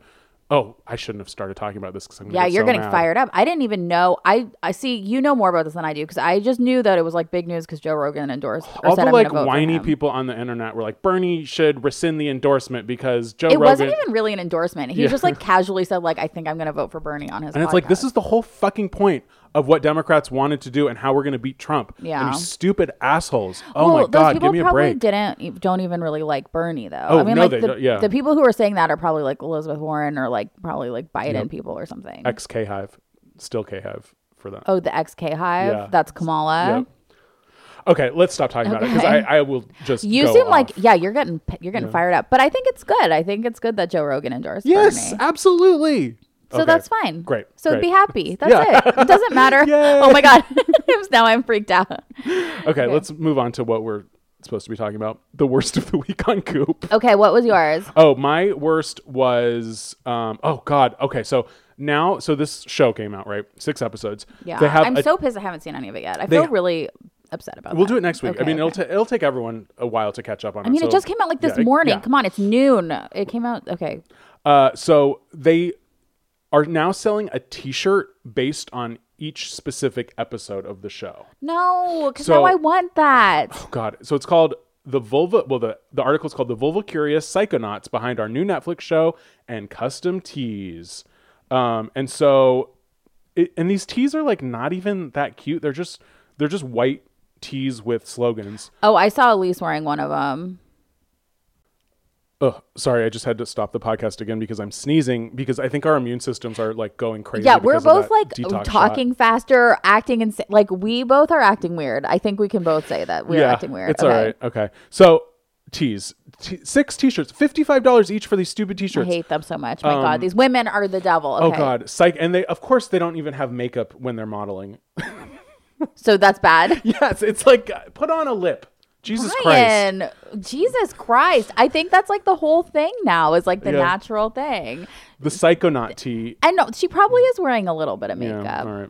B: oh, I shouldn't have started talking about this because I'm gonna
C: yeah,
B: get
C: you're
B: so
C: getting
B: mad.
C: fired up. I didn't even know. I I see you know more about this than I do cuz I just knew that it was like big news cuz Joe Rogan endorsed or
B: All
C: said,
B: the
C: "I'm gonna
B: like
C: vote for
B: whiny
C: him."
B: people on the internet were like, Bernie should rescind the endorsement because Joe
C: It
B: Rogan
C: wasn't even really an endorsement. He just like casually said like I think I'm going to vote for Bernie on his
B: And it's like
C: podcast."
B: this is the whole fucking point of what Democrats wanted to do and how we're gonna beat Trump.
C: Yeah.
B: And you stupid assholes. Oh
C: well,
B: my god,
C: those people
B: give me a
C: probably
B: break.
C: didn't e- don't even really like Bernie though.
B: Oh,
C: I mean,
B: no,
C: like
B: they
C: the,
B: don't- yeah.
C: the people who are saying that are probably like Elizabeth Warren or like probably like Biden people or something.
B: Ex K Hive. Still K Hive for that.
C: oh, the XK Hive.
B: Yeah.
C: That's Kamala.
B: Yep. Okay, let's stop talking about it because I, I will just.
C: You
B: go
C: seem like
B: off.
C: yeah, you're getting p- you're getting fired up, but I think it's good. I think it's good that Joe Rogan endorsed
B: yes,
C: Bernie.
B: absolutely.
C: So that's fine.
B: Great,
C: So
B: great.
C: be happy. That's it. It doesn't matter.
B: Yay.
C: Oh my god. now I'm freaked out.
B: Okay, let's move on to what we're supposed to be talking about. The worst of the week on Coop.
C: Okay, what was yours?
B: Oh, my worst was. Um, oh God. Okay, so now, so this show came out right, six episodes.
C: Yeah.
B: they have
C: I'm
B: a-
C: so pissed I haven't seen any of it yet. I
B: They-
C: feel really upset about
B: We'll
C: that.
B: do it next week. I
C: Okay,
B: mean,
C: okay.
B: it'll ta it'll take everyone a while to catch up on.
C: I mean, it just came out like this morning. Come on, it's noon. It came out. Okay.
B: Uh, so they are now selling a T-shirt based on each specific episode of the show.
C: No, because
B: So-
C: now I want that.
B: Oh God! So it's called the vulva. Well, the the article is called "The Vulva Curious Psychonauts Behind Our New Netflix Show and Custom Tees." Um, and so, it, and these tees are like not even that cute. They're just they're just white tees with slogans.
C: Oh, I saw Elise wearing one of them.
B: Ugh, sorry, I just had to stop the podcast again because I'm sneezing because I think our immune systems are like going crazy.
C: Yeah, we're
B: because of
C: both
B: that
C: like
B: detox shot.
C: talking faster, acting and like we both are acting weird. I think we can both say that we're acting weird.
B: It's
C: okay.
B: all right. Okay. So tees, T- six t-shirts, fifty-five dollars each for these stupid
C: I
B: t-shirts.
C: hate them so much. My God, these women are the devil.
B: Um, Oh
C: Okay.
B: God, psych! And they, of course, they don't even have makeup when they're modeling.
C: So that's bad.
B: yes, it's like uh, put on a lip. Jesus Christ.
C: Ryan, Jesus Christ. I think that's like the whole thing now is like the
B: Yeah.
C: natural thing.
B: The psychonaut tea.
C: And no, she probably is wearing a little bit of makeup.
B: Yeah, all right.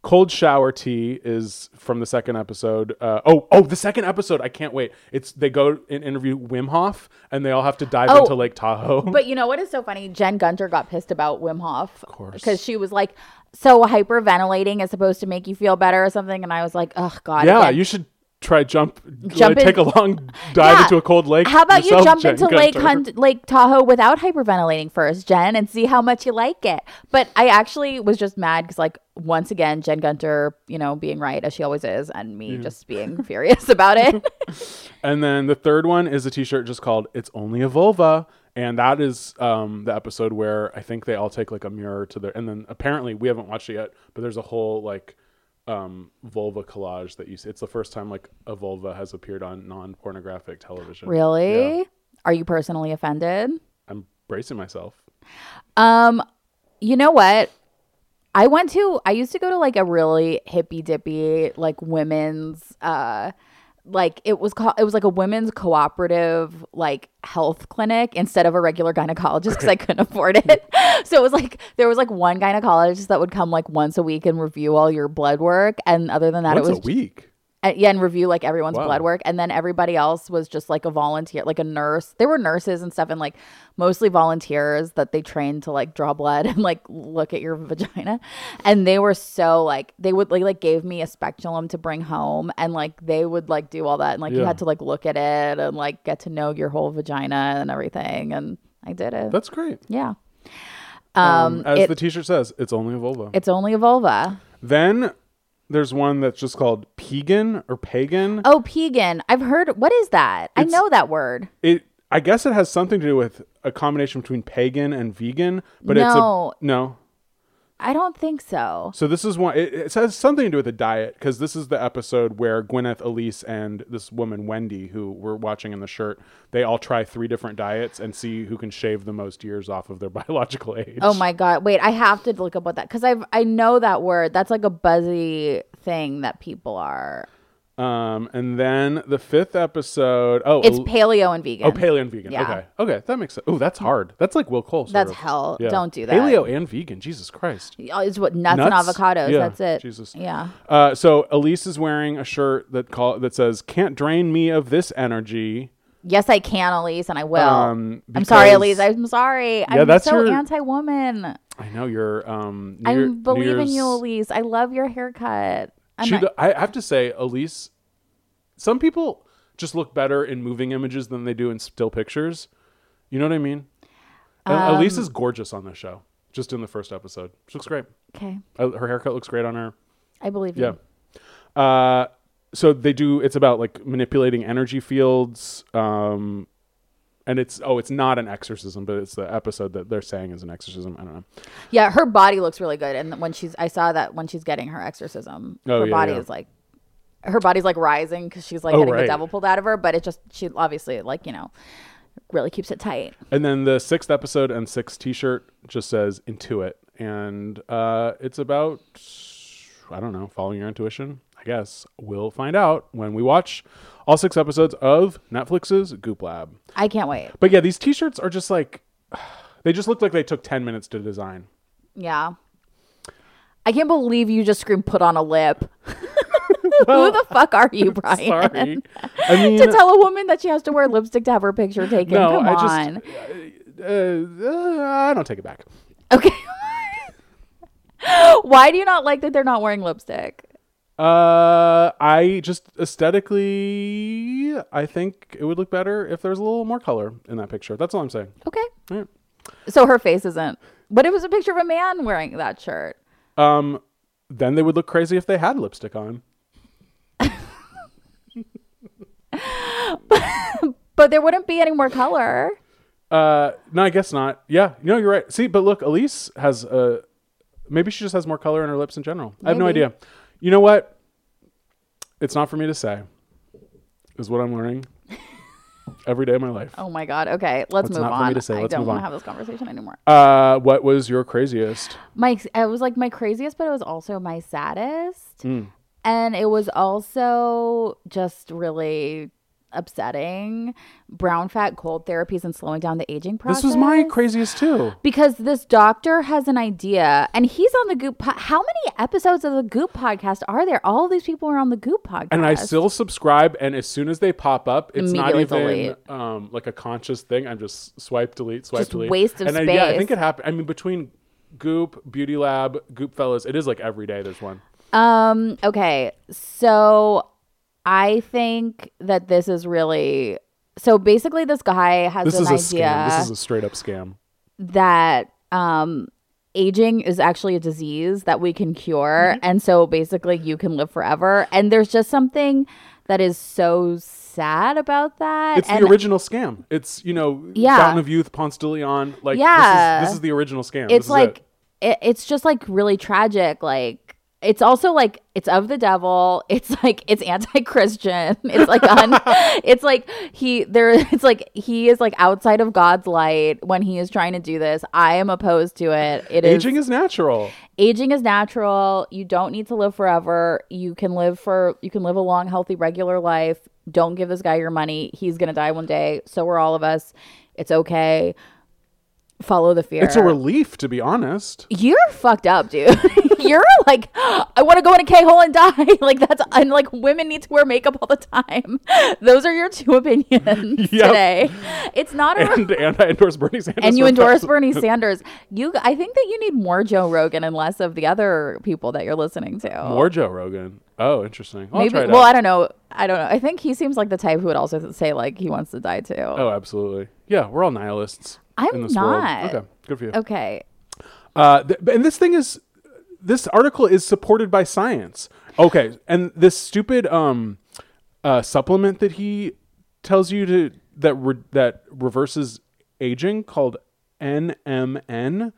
B: Cold shower tea is from the second episode. Uh, oh, oh, the second episode. I can't wait. It's they go and interview Wim Hof, and they all have to dive
C: Oh,
B: into Lake Tahoe.
C: But you know what is so funny? Jen Gunter got pissed about Wim Hof. Because she was like, so hyperventilating is supposed to make you feel better or something. And I was like, oh, God.
B: yeah,
C: again."
B: you should try jump,
C: Jump
B: like, take
C: in-
B: a long dive
C: Yeah.
B: into a cold lake.
C: How about you
B: yourself,
C: jump
B: Jen
C: into Lake
B: Gunter.
C: Hunt, Lake Tahoe without hyperventilating first, Jen, and see how much you like it? But I actually was just mad because, like, once again, Jen Gunter, you know, being right as she always is, and me just being furious about it.
B: And then the third one is a T-shirt just called "It's Only a Vulva," and that is um, the episode where I think they all take like a mirror to their. And then apparently we haven't watched it yet, but there's a whole like um, vulva collage that you see. It's the first time like a vulva has appeared on non-pornographic television.
C: really?
B: Yeah.
C: Are you personally offended?
B: I'm bracing myself.
C: Um, you know what? I went to I used to go to like a really hippy dippy like women's uh like it was called it was like a women's cooperative like health clinic instead of a regular gynecologist because I couldn't afford it. so it was like there was like one gynecologist that would come like once a week and review all your blood work and other than that
B: Once
C: it was
B: a week.
C: uh, yeah, and review like everyone's
B: Wow.
C: blood work, and then everybody else was just like a volunteer, like a nurse. There were nurses and stuff, and like mostly volunteers that they trained to like draw blood and like look at your vagina. And they were so like they would like, like gave me a speculum to bring home, and like they would like do all that, and like you
B: Yeah.
C: had to like look at it and like get to know your whole vagina and everything. And I did it.
B: That's great.
C: yeah,
B: Um, as
C: it-
B: the T-shirt says, "It's only a vulva."
C: it's only a vulva.
B: then there's one that's just called Pegan or Pagan.
C: Oh, Pegan, I've heard. What is that? I
B: It's-
C: know that word.
B: it I guess it has something to do with a combination between pagan and vegan, but it's
C: No.
B: a no.
C: I don't think so.
B: So this is one. It, it has something to do with a diet because this is the episode where Gwyneth, Elise, and this woman Wendy, who we're watching in the shirt, they all try three different diets and see who can shave the most years off of their biological age.
C: Oh my god! Wait, I have to look up what that because I've I know that word. That's like a buzzy thing that people are.
B: Um, and then the fifth episode. Oh,
C: It's
B: el-
C: paleo and vegan.
B: Oh, paleo and vegan.
C: Yeah.
B: Okay. Okay. That makes sense. Oh, that's hard. That's like Will Cole. sort
C: That's
B: of.
C: hell.
B: Yeah.
C: Don't do that.
B: Paleo and vegan. Jesus Christ.
C: Oh, It's what nuts, and
B: Nuts?
C: avocados.
B: Yeah.
C: That's it.
B: Jesus.
C: Yeah.
B: Uh, so Elise is wearing a shirt that call that says "Can't drain me of this energy."
C: Yes, I can, Elise, and I will.
B: Um,
C: I'm sorry,
B: because-
C: Elise. I'm sorry. I'm
B: that's
C: so
B: your-
C: anti-woman.
B: I know you're. Um, New Year-
C: I
B: New
C: believe in you,
B: Year's-
C: Elise. I love your haircut. I'm
B: She,
C: not-
B: do- I have to say, Elise. Some people just look better in moving images than they do in still pictures. You know what I mean? And Elise
C: Um,
B: is gorgeous on this show. Just in the first episode, she looks great.
C: okay,
B: Uh, her haircut looks great on her.
C: I believe you.
B: Yeah. Uh, so they do. It's about like manipulating energy fields. Um, and it's oh, it's not an exorcism, but it's the episode that they're saying is an exorcism. I don't know.
C: Yeah, her body looks really good, and when she's, I saw that when she's getting her exorcism,
B: Oh,
C: her
B: yeah,
C: body
B: yeah.
C: is like, her body's like rising because she's like
B: Oh,
C: getting
B: right.
C: the devil pulled out of her. But it just, she obviously like you know, really keeps it tight.
B: And then the sixth episode and sixth T-shirt just says intuit, and uh, it's about I don't know, following your intuition. I guess we'll find out when we watch all six episodes of Netflix's Goop Lab.
C: I can't wait.
B: But yeah, these T-shirts are just like they just look like they took ten minutes to design.
C: Yeah, I can't believe you just screamed, "Put on a lip." Who the fuck are you, Brian?
B: Sorry, I mean
C: to tell a woman that she has to wear lipstick to have her picture taken.
B: No,
C: Come
B: I just-
C: on.
B: uh, uh, I don't take it back.
C: Okay. Why do you not like that they're not wearing lipstick?
B: Uh, I just aesthetically, I think it would look better if there was a little more color in that picture. That's all I'm saying.
C: Okay.
B: All right.
C: So her face isn't. But it was a picture of a man wearing that shirt.
B: Um, then they would look crazy if they had lipstick on.
C: But there wouldn't be any more color.
B: Uh, no, I guess not. Yeah, no, you're right. See, but look, Elise has uh, maybe she just has more color in her lips in general. I have no
C: Maybe.
B: idea. You know what? It's not for me to say. Is what I'm learning every day of my life.
C: Oh my god. Okay, let's
B: That's
C: move
B: not for
C: on.
B: me to say.
C: I
B: Let's
C: don't
B: move
C: want to
B: on.
C: have this conversation anymore.
B: Uh, what was your craziest?
C: my it was like my craziest, but it was also my saddest,
B: Hmm.
C: and it was also just really upsetting. Brown fat cold therapies and slowing down the aging process.
B: This was my craziest too.
C: because this doctor has an idea and he's on the goop po- how many episodes of the goop podcast are there all these people are on the goop podcast
B: and I still subscribe. And as soon as they pop up, it's not even
C: Immediately
B: um, like a conscious thing. I'm just swipe, delete, swipe,
C: Just
B: delete.
C: waste of
B: and I, yeah, I
C: space.
B: think it happened. I mean, between Goop, Beauty Lab, Goop Fellas, it is like every day there's one.
C: um okay so i think that this is really so basically this guy has
B: This
C: an
B: is a
C: idea
B: scam. This is a straight up scam.
C: that um aging is actually a disease that we can cure
B: Mm-hmm.
C: and so basically you can live forever and there's just something that is so sad about that
B: It's
C: and
B: the original scam. It's you know
C: Yeah.
B: Fountain of Youth, Ponce de Leon. Like
C: Yeah.
B: this, is, this is the original scam. This
C: it's
B: is
C: like
B: it.
C: it. it's just like really tragic like it's also like it's of the devil it's like it's anti-christian it's like un, it's like he there it's like he is like outside of god's light when he is trying to do this i am opposed to it It is
B: aging is natural.
C: aging is natural you don't need to live forever you can live for you can live a long healthy regular life don't give this guy your money he's gonna die one day so are all of us it's okay follow the fear
B: It's a relief, to be honest.
C: you're fucked up, dude. you're like, I want to go in a K hole and die. like that's and like women need to wear makeup all the time. Those are your two opinions
B: Yep.
C: today. It's not a
B: And, and I endorse Bernie Sanders.
C: and you
B: for
C: endorse
B: president.
C: Bernie Sanders. You, I think that you need more Joe Rogan and less of the other people that you're listening to.
B: More Joe Rogan. Oh, interesting. I'll
C: Maybe.
B: try it
C: Well,
B: out.
C: I don't know. I don't know. I think he seems like the type who would also say like he wants to die too.
B: Oh, absolutely. Yeah, we're all nihilists.
C: I'm
B: in this
C: not.
B: World. Okay, good for you.
C: Okay.
B: Uh, th- and this thing is, this article is supported by science. Okay, and this stupid um, uh, supplement that he tells you to that re- that reverses aging called NMN.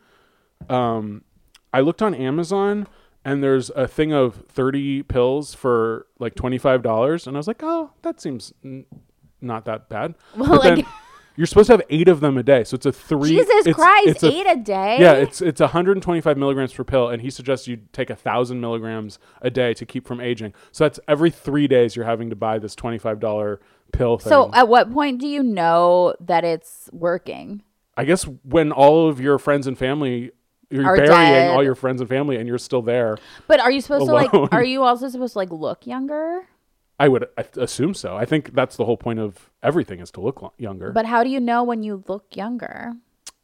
B: Um, I looked on Amazon and there's a thing of 30 pills for like $25 and I was like, "Oh, that seems n- not that bad."
C: Well, like
B: You're supposed to have eight of them a day, so it's a three.
C: Jesus
B: it's-
C: Christ,
B: it's
C: eight a day?
B: Yeah, it's it's 125 milligrams per pill, and he suggests you take a thousand milligrams a day to keep from aging. So that's every three days you're having to buy this twenty-five dollar pill thing.
C: So uh, at what point do you know that it's working?
B: I guess when all of your friends and family you're
C: Are
B: burying
C: dead.
B: all your friends and family, and you're still there.
C: But are you supposed to
B: Alone.
C: like are you also supposed to like look younger?
B: I would I th- assume so. I think that's the whole point of everything is to look lo- younger.
C: But how do you know when you look younger?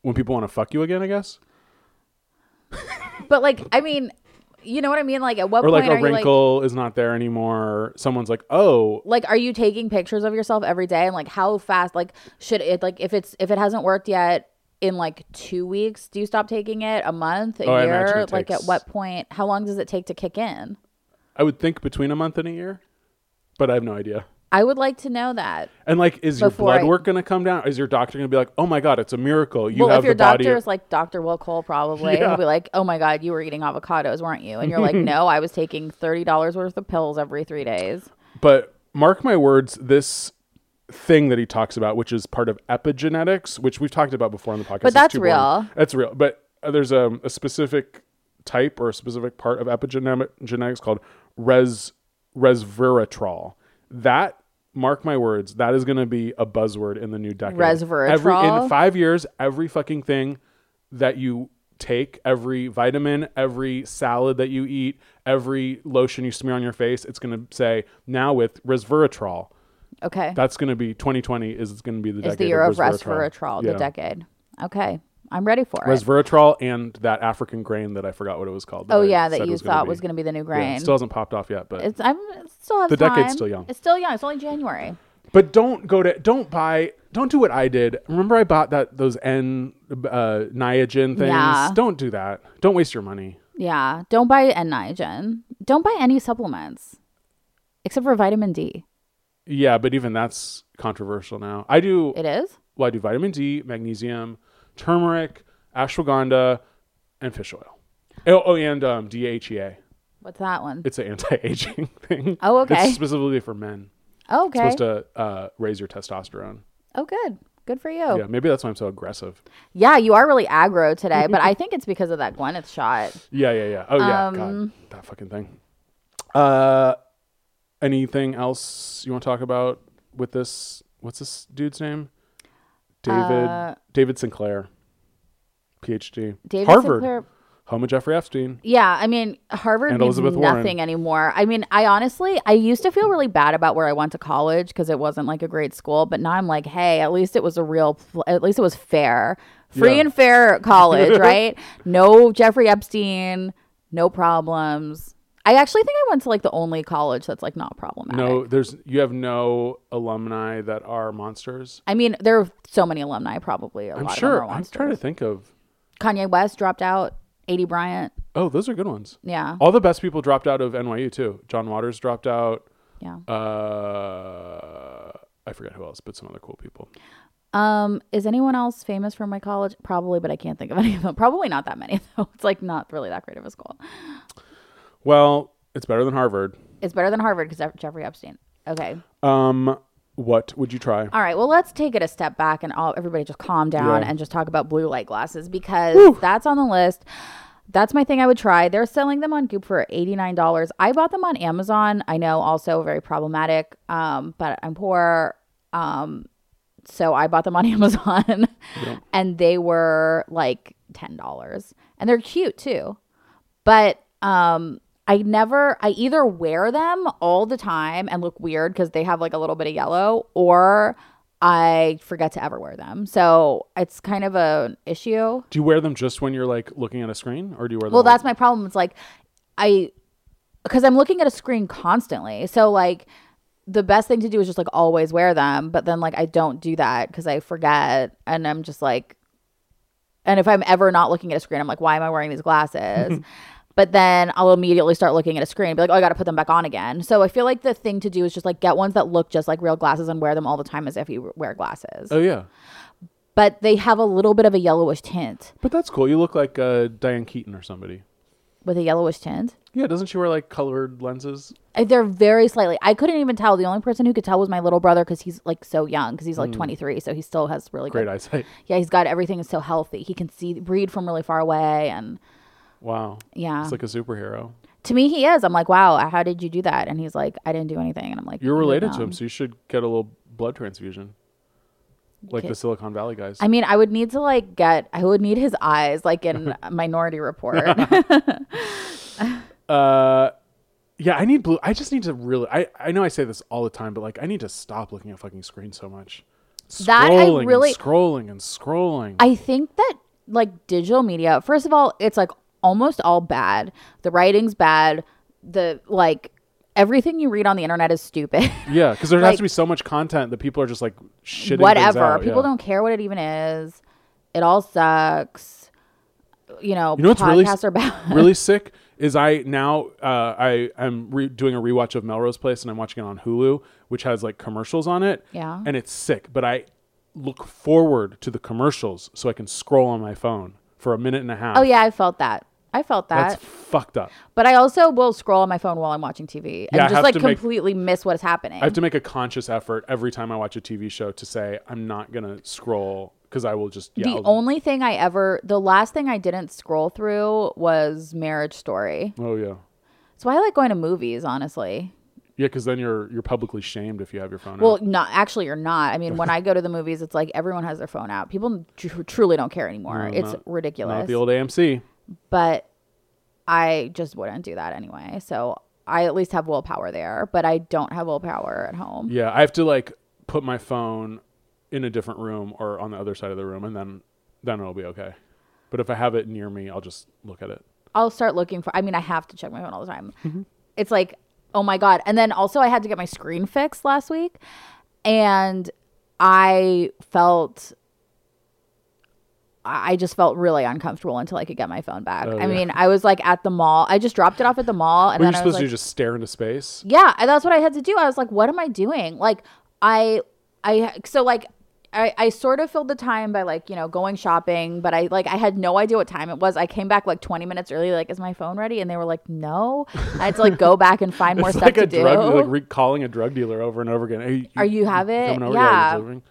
B: when people want to fuck you again, I guess,
C: But like I mean, you know what I mean? Like at what
B: or
C: point
B: like a
C: are you like
B: wrinkle is not there anymore. Someone's like, oh,
C: like are you taking pictures of yourself every day and like how fast like should it like if it's if it hasn't worked yet in like two weeks do you stop taking it a month a
B: Oh, I imagine
C: year
B: it
C: like at
B: takes-
C: what point how long does it take to kick in
B: I would think between a month and a year, but I have no idea.
C: i would like to know that
B: And like, is your
C: Before
B: blood
C: I-
B: work going to come down? Is your doctor going to be like, "Oh my god, it's a miracle! You
C: well
B: have
C: if your
B: the body."
C: doctor is like dr will cole probably
B: Yeah.
C: he'll be like oh my god you were eating avocados weren't you and you're like no i was taking $30 worth of pills every three days
B: but mark my words, this thing that he talks about, which is part of epigenetics, which we've talked about before on the podcast, it's
C: that's
B: too boring.
C: real.
B: That's real. But uh, there's a, a specific type or a specific part of epigenetics called res resveratrol. That mark my words, that is going to be a buzzword in the new decade. Every, in
C: Resveratrol?
B: five years, every fucking thing that you take, every vitamin, every salad that you eat, every lotion you smear on your face, it's going to say now with resveratrol.
C: okay
B: That's going to be 2020 is going to be the decade
C: it's the year of
B: resveratrol.
C: resveratrol
B: Yeah.
C: the decade okay i'm ready for it
B: Resveratrol and that African grain that I forgot what it was called.
C: oh
B: I
C: yeah that
B: said gonna
C: you thought
B: be-
C: was going to be the new
B: Yeah,
C: grain
B: it still hasn't popped off yet, but
C: It's I'm it still have
B: The
C: time.
B: decade's still young.
C: It's still young. It's only January.
B: but don't go to don't buy don't do what I did. Remember I bought that those N uh, Niagen things.
C: Yeah.
B: Don't do that. Don't waste your money.
C: Yeah. Don't buy N Niagen. Don't buy any supplements except for vitamin D.
B: Yeah, but even that's controversial now. I do
C: It is.
B: well, I do vitamin D, magnesium, turmeric, ashwagandha, and fish oil. Oh, oh, and um, DHEA.
C: What's that one?
B: It's an anti-aging thing.
C: Oh, okay.
B: It's specifically for men.
C: Oh, okay.
B: It's supposed to uh, raise your testosterone.
C: oh, good. Good for you.
B: Yeah,
C: Yeah.
B: maybe that's why I'm so aggressive.
C: you are really aggro today, but I think it's because of that Gwyneth shot.
B: Yeah, yeah, yeah. Oh yeah,
C: Um,
B: God, that fucking thing. Uh, anything else you want to talk about with this? What's this dude's name? David David Sinclair, PhD,
C: Uh, David
B: Harvard,
C: Sinclair-
B: home of Jeffrey Epstein.
C: Yeah, I mean, Harvard
B: And
C: means
B: Elizabeth Warren.
C: nothing anymore. I mean, I honestly, I used to feel really bad about where I went to college because it wasn't like a great school, but now I'm like, hey, at least it was a real, pl- at least it was fair, free
B: Yeah.
C: and fair college, right? No Jeffrey Epstein, no problems. I actually think I went to like the only college that's like not problematic.
B: No, there's you have no alumni that are monsters.
C: I mean, there are so many alumni, probably. A
B: I'm
C: lot
B: sure.
C: Of them are
B: I'm trying to
C: monsters.
B: think of.
C: Kanye West dropped out. 80 Bryant.
B: Oh, those are good ones.
C: Yeah.
B: All the best people dropped out of NYU too. John Waters dropped out.
C: Yeah.
B: Uh, I forget who else, but some other cool people.
C: Um, is anyone else famous from my college? Probably, but I can't think of any of them. Probably not that many though. It's like not really that great of a school.
B: Well, it's better than Harvard.
C: It's better than Harvard because Jeffrey Epstein. Okay.
B: Um, what would you try?
C: All right. Well, let's take it a step back and all everybody just calm down
B: Yeah.
C: and just talk about blue light glasses because that's on the list. That's my thing I would try. They're selling them on Goop for $89. I bought them on Amazon. I know also very problematic. Um, but I'm poor. Um, so I bought them on Amazon and they were like $10. And they're cute too. but um I never I either wear them all the time and look weird cuz they have like a little bit of yellow or I forget to ever wear them. So it's kind of an issue.
B: Do you wear them just when you're like looking at a screen, or do you wear them?
C: Well,
B: like-
C: that's my problem. It's like I because I'm looking at a screen constantly. So like the best thing to do is just like always wear them, but then like I don't do that cuz I forget and I'm just like and if I'm ever not looking at a screen, I'm like why am I wearing these glasses? But then I'll immediately start looking at a screen and be like, oh, I got to put them back on again. So I feel like the thing to do is just like get ones that look just like real glasses and wear them all the time as if you wear glasses.
B: Oh yeah,
C: But they have a little bit of a yellowish tint.
B: but that's cool. You look like uh, Diane Keaton or somebody.
C: with a yellowish tint.
B: Yeah, doesn't she wear like colored lenses?
C: Uh, They're very slightly. I couldn't even tell. The only person who could tell was my little brother because he's like so young because he's like 23, so he still has really
B: Mm. Great
C: good.
B: eyesight.
C: Yeah, he's got everything is so healthy. He can see read from really far away, and
B: Wow.
C: Yeah.
B: It's like a superhero.
C: to me, he is. I'm like, wow, uh, how did you do that? And he's like, I didn't do anything. And I'm like,
B: You're
C: I don't
B: related to
C: know.
B: him, so you should get a little blood transfusion. Like the Silicon Valley guys.
C: I mean, I would need to like get. I would need his eyes, like in Minority Report.
B: Uh, yeah, I need blue. I just need to really. I I know I say this all the time, but like I need to stop looking at fucking screen so much. Scrolling
C: That I really-
B: and scrolling and scrolling.
C: I think that like digital media, first of all, it's like almost all bad. The writing's bad. The like everything you read on the internet is stupid.
B: yeah, because there has to
C: like-
B: be so much content that people are just like shitting. things
C: Whatever.
B: out,
C: People
B: yeah.
C: don't care what it even is. It all sucks. You know,
B: You know what's
C: podcasts
B: really
C: are bad.
B: really sick is I now uh, I am re- doing a rewatch of Melrose Place and I'm watching it on Hulu, which has like commercials on it.
C: Yeah.
B: and it's sick. But I look forward to the commercials so I can scroll on my phone for a minute and a half.
C: oh yeah, I felt that. I felt that.
B: that's fucked up.
C: but I also will scroll on my phone while I'm watching TV and
B: Yeah, I
C: just
B: have
C: like
B: to make-
C: completely miss what's happening.
B: I have to make a conscious effort every time I watch a TV show to say I'm not gonna scroll because I will just yeah.
C: the
B: I'll-
C: only thing I ever, the last thing I didn't scroll through was Marriage Story.
B: oh yeah,
C: So I like going to movies, honestly.
B: yeah, because then you're you're publicly shamed if you have your phone.
C: Well,
B: out.
C: not actually, you're not. I mean, when I go to the movies, it's like everyone has their phone out. People tr- truly don't care anymore. it's
B: not
C: ridiculous.
B: the old AMC.
C: but I just wouldn't do that anyway. So I at least have willpower there, but I don't have willpower at home.
B: Yeah, I have to like put my phone in a different room or on the other side of the room, and then then it'll be okay. But if I have it near me, I'll just look at it.
C: I'll start looking for. I mean, I have to check my phone all the time.
B: Mm-hmm.
C: It's like, oh my god! And then also, I had to get my screen fixed last week, and I felt. I I just felt really uncomfortable until I could get my phone back.
B: Oh,
C: I
B: yeah.
C: mean, I was like at the mall. I just dropped it off at the mall, and
B: What are
C: then
B: you
C: I was
B: supposed to
C: like,
B: do? Just stare into space?
C: yeah, and that's what I had to do. I was like, what am I doing? Like, I, I, so like, I, I sort of filled the time by like, you know, going shopping, but I like, I had no idea what time it was. I came back like 20 minutes early, like, is my phone ready? And they were like, no. I had to like go back and find more
B: it's
C: stuff
B: like
C: to
B: a
C: do.
B: drug, like re- calling a drug dealer over and over again. Hey,
C: Are you have it?
B: coming over?
C: Yeah.
B: you're delivering?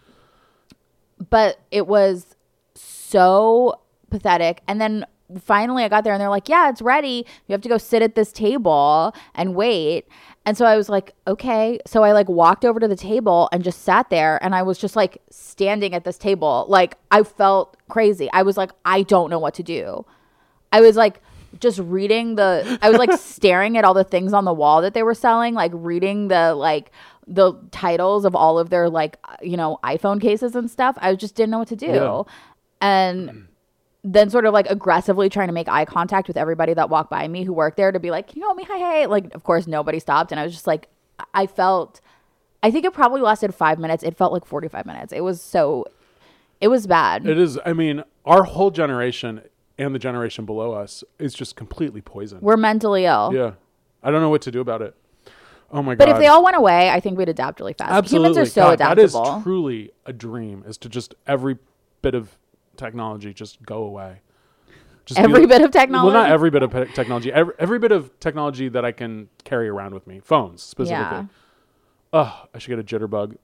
C: but it was so pathetic. And then finally I got there and they're like, yeah, it's ready. You have to go sit at this table and wait. And so I was like, okay. So I like walked over to the table and just sat there and I was just like standing at this table. Like I felt crazy. I was like, I don't know what to do. I was like just reading the I was like staring at all the things on the wall that they were selling, like reading the like the titles of all of their like uh, you know iPhone cases and stuff. I just didn't know what to do.
B: Yeah.
C: And then sort of like aggressively trying to make eye contact with everybody that walked by me who worked there to be like, "Can you help me? Hey, hey." Like of course nobody stopped and I was just like I felt I think it probably lasted 5 minutes. It felt like 45 minutes. It was so it was bad.
B: It is. I mean, our whole generation and the generation below us is just completely poisoned.
C: we're mentally ill.
B: yeah, I don't know what to do about it. Oh my god!
C: But if they all went away, I think we'd adapt really fast. Humans are so
B: God,
C: adaptable.
B: That is truly a dream is to just every bit of technology just go away. Just be
C: Every
B: like-
C: bit of technology?
B: Well, not every bit of pe- technology. Every, every bit of technology that I can carry around with me. Phones specifically.
C: Yeah.
B: Ugh, I should get a jitterbug.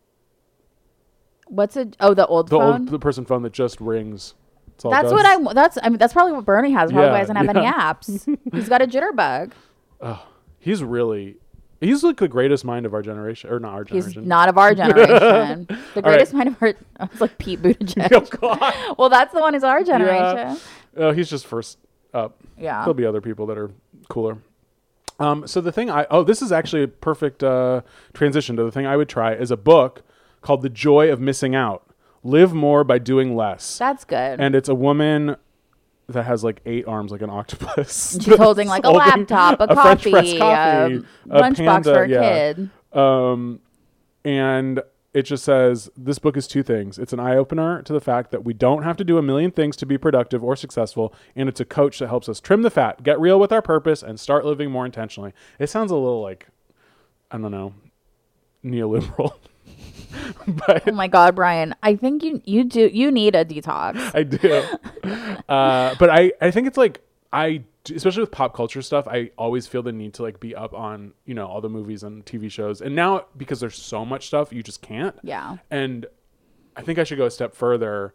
C: What's it? Oh, the old
B: The
C: phone.
B: old the person phone that just rings. That's, all it
C: that's
B: does.
C: what I. That's I mean. That's probably what Bernie has. Probably
B: Yeah,
C: why he doesn't have any
B: yeah.
C: apps. He's got a jitterbug.
B: He's really. He's like the greatest mind of our generation, or not our
C: He's
B: generation.
C: not of our generation. the
B: right.
C: greatest mind of our. oh, It's like Pete Buttigieg. Well, that's the one who's our generation.
B: Oh, he's just first up.
C: Yeah.
B: There'll be other people that are cooler. Um, so the thing I oh, this is actually a perfect uh, transition to the thing I would try is a book called The Joy of Missing Out. Live more by doing less.
C: That's good.
B: and it's a woman that has like eight arms like an octopus.
C: She's holding like a
B: Holding
C: laptop, a,
B: French
C: coffee,
B: press coffee,
C: a lunchbox
B: panda,
C: for a
B: yeah.
C: kid.
B: Um, and it just says this book is two things. It's an eye opener to the fact that we don't have to do a million things to be productive or successful, and it's a coach that helps us trim the fat, get real with our purpose, and start living more intentionally. It sounds a little like I don't know neoliberal, but
C: Oh my God, Brian! I think you you do you need a detox.
B: I do. uh, but I, I think it's like I especially with pop culture stuff, I always feel the need to like be up on you know all the movies and TV shows. And now because there's so much stuff, you just can't.
C: Yeah.
B: And I think I should go a step further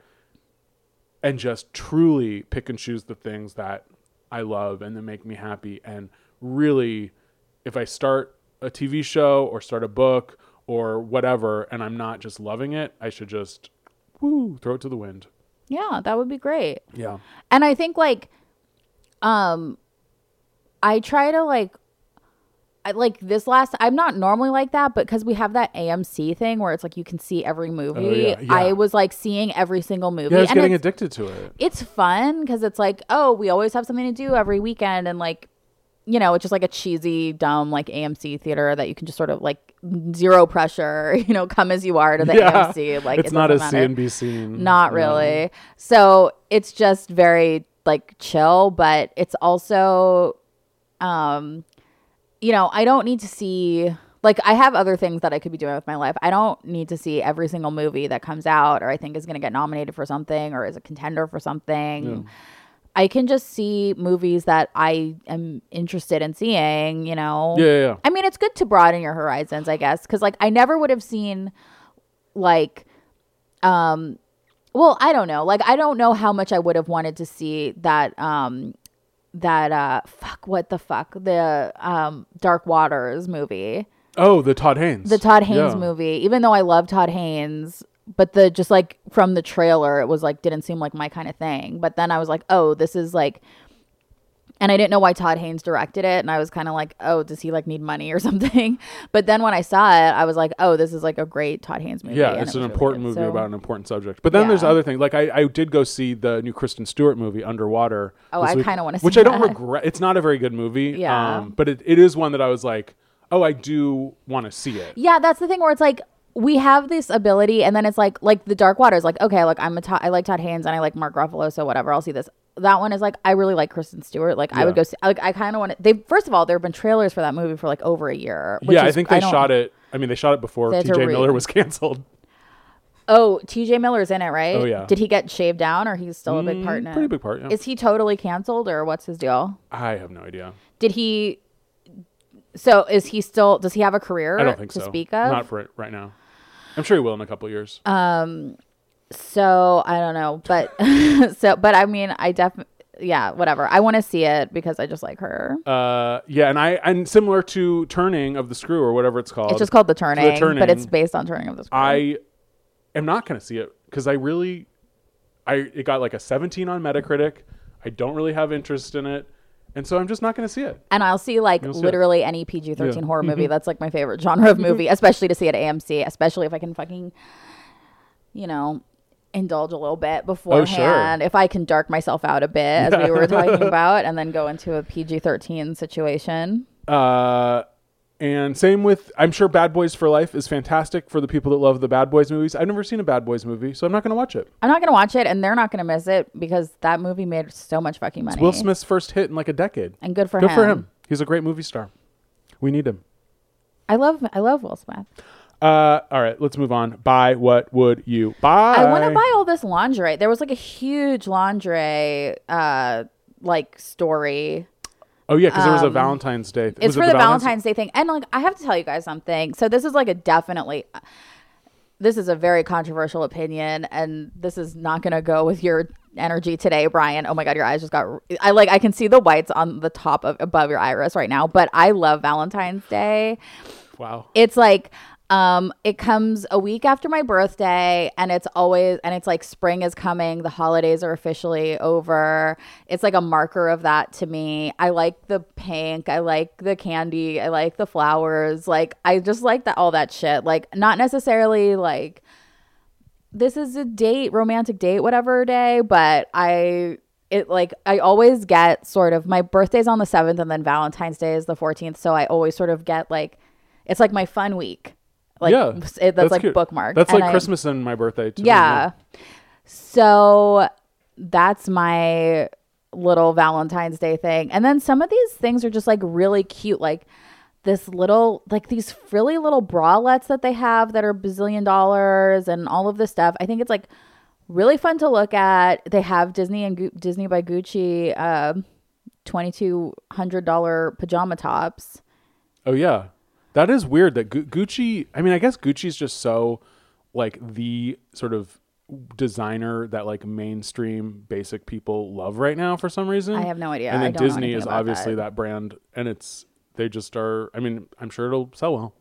B: and just truly pick and choose the things that I love and that make me happy. And really, if I start a TV show or start a book or whatever, and I'm not just loving it, I should just woo throw it to the wind.
C: Yeah, that would be great.
B: Yeah.
C: And I think like um I try to like I like this last I'm not normally like that, but because we have that AMC thing where it's like you can see every movie.
B: Oh, yeah, yeah.
C: I was like seeing every single movie.
B: Yeah, I was
C: and
B: getting
C: it's,
B: addicted to it.
C: it's fun because it's like, oh, we always have something to do every weekend and like you know, it's just like a cheesy, dumb like AMC theater that you can just sort of like zero pressure, you know, come as you are to the
B: yeah.
C: AMC. Like
B: it's
C: it
B: not a
C: doesn't matter.
B: CNBC. scene.
C: Not
B: No.
C: really. So it's just very like chill, but it's also, um, you know, I don't need to see like I have other things that I could be doing with my life. I don't need to see every single movie that comes out or I think is going to get nominated for something or is a contender for something. I can just see movies that I am interested in seeing, you know.
B: Yeah, yeah, yeah.
C: I mean, it's good to broaden your horizons, I guess, because like I never would have seen like um well i don't know like i don't know how much i would have wanted to see that um that uh fuck what the fuck the um dark waters movie
B: Oh, the Todd Haynes.
C: the todd haynes
B: Yeah.
C: movie even though i love todd haynes but the just like from the trailer it was like didn't seem like my kind of thing but then i was like oh this is like and I didn't know why Todd Haynes directed it. And I was kind of like, oh, does he like need money or something? But then when I saw it, I was like, oh, this is like a great Todd Haynes movie.
B: Yeah,
C: and
B: it's
C: it
B: an
C: was really
B: important
C: good.
B: movie
C: So-
B: about an important subject. But then there's
C: Yeah.
B: other things. Like I, I did go see the new Kristen Stewart movie, Underwater.
C: Oh,
B: this
C: I
B: week,
C: kinda wanna
B: Which
C: see
B: I don't
C: that.
B: regret. It's not a very good movie. um,
C: Yeah.
B: but it, it is one that I was like, oh, I do want to see it.
C: Yeah, that's the thing where it's like we have this ability, and then it's like like the Dark Waters. Like okay, like I'm a Todd, I like Todd Haynes and I like Mark Ruffalo, so whatever. I'll see this. That one is like I really like Kristen Stewart. Like I would
B: Yeah.
C: go see. Like I kind of want to. They first of all, there have been trailers for that movie for like over a year. Which
B: yeah, I
C: is-
B: think they
C: don't-
B: shot it. I mean, they shot it before
C: They had to
B: T.J.
C: re-
B: Miller was canceled.
C: Oh, T.J. Miller's in it, right?
B: Oh, yeah. Mm,
C: Did he get shaved down, or he's still a big part? in it?
B: pretty big part, yeah.
C: Is he totally canceled, or what's his deal?
B: I have no idea.
C: Did he? So is he still? Does he have a career?
B: I don't think
C: to
B: so.
C: Speak of
B: Not for it right now. I'm sure he will in a couple of years.
C: So I don't know, but so but I mean I definitely yeah whatever. I want to see it because I just like her.
B: Uh, yeah, and I and similar to Turning of the Screw or whatever Oh, it's called.
C: it's just called the
B: The
C: turning, but it's based on turning of the screw.
B: I am not going to see it because I really, I it got like a 17 on Metacritic. I don't really have interest in it, and so I'm just not going to see it.
C: and I'll see like
B: You'll see it.
C: literally any PG
B: Yeah. Mm-hmm.
C: thirteen horror movie. That's like my favorite genre of movie, especially to see at AMC, especially if I can fucking, you know, indulge a little bit
B: Oh,
C: beforehand. If I can dark myself out a bit, as we were talking about, and then go into a PG thirteen situation.
B: Uh, and same with I'm sure Bad Boys for Life is fantastic for the people that love the Bad Boys movies. I've never seen a Bad Boys movie, so I'm not going to watch it.
C: I'm not gonna watch it, and they're not gonna miss it because that movie made so much fucking money.
B: Will Smith's first hit in like a decade.
C: and good for
B: Good
C: him.
B: for him. He's a great movie star. We need him.
C: I love I love Will Smith.
B: Uh, all right, let's move on. Buy what would you buy?
C: I want to buy all this lingerie. There was like a huge lingerie uh like story.
B: Oh yeah, because there was a Valentine's Day.
C: Um, It's for the Valentine's Day thing. And like I have to tell you guys something. So this is like a definitely this is a very controversial opinion and this is not going to go with your energy today, Brian. Oh my god, your eyes just got I like I can see the whites on the top of above your iris right now, but I love Valentine's Day.
B: Wow.
C: it's like um it comes a week after my birthday and it's always and it's like spring is coming the holidays are officially over it's like a marker of that to me i like the pink i like the candy i like the flowers like i just like that all that shit like not necessarily like this is a date, romantic date, whatever day, but I it like I always get sort of my birthday's on the 7th and then Valentine's Day is the 14th, so I always sort of get like it's like my fun week. Like
B: yeah,
C: it- that's, like
B: cute.
C: bookmarked.
B: That's
C: And
B: like
C: I-
B: Christmas and my birthday. Too.
C: Yeah. So that's my little Valentine's Day thing. And then some of these things are just like really cute like this little like these frilly little bralettes that they have that are bazillion dollars and all of this stuff. I think it's like really fun to look at. They have Disney and Gu- Disney by Gucci um $2,200 pajama tops.
B: Oh yeah, that is weird. That Gu- Gucci. I mean, I guess Gucci's just so like the sort of designer that like mainstream basic people love right now for some reason.
C: I have no idea.
B: And
C: I
B: then
C: don't know
B: Disney
C: anything
B: is
C: about
B: obviously
C: that.
B: that. brand, and it's they just are. I mean, I'm sure it'll sell well.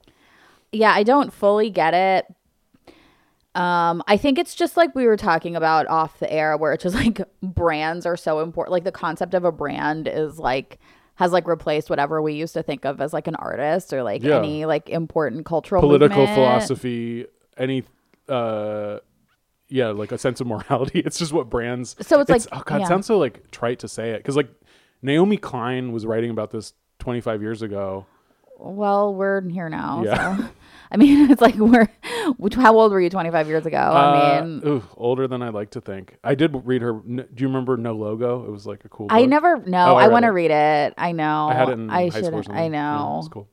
C: Yeah, I don't fully get it. Um, I think it's just like we were talking about off the air, where it's just like brands are so important. Like the concept of a brand is like has like replaced whatever we used to think of as like an artist or like
B: Yeah.
C: any like important cultural
B: Political
C: movement.
B: philosophy, any, uh, yeah, like a sense of morality. It's just what brands.
C: So it's like-
B: oh god, it
C: yeah.
B: sounds so like trite to say it because like Naomi Klein was writing about this 25 years ago.
C: Well, we're here now.
B: Yeah.
C: So. I mean, it's like we're. Which, how old were you 25 years ago? I
B: Uh,
C: mean,
B: ooh, older than I like to think. I did read her. n- Do you remember No Logo? It was like a cool.
C: I
B: book.
C: never know.
B: Oh, I
C: I
B: read
C: want
B: it.
C: to read it. I know.
B: I had it in high
C: should.
B: school. Or something.
C: I
B: Yeah,
C: know.
B: it's cool.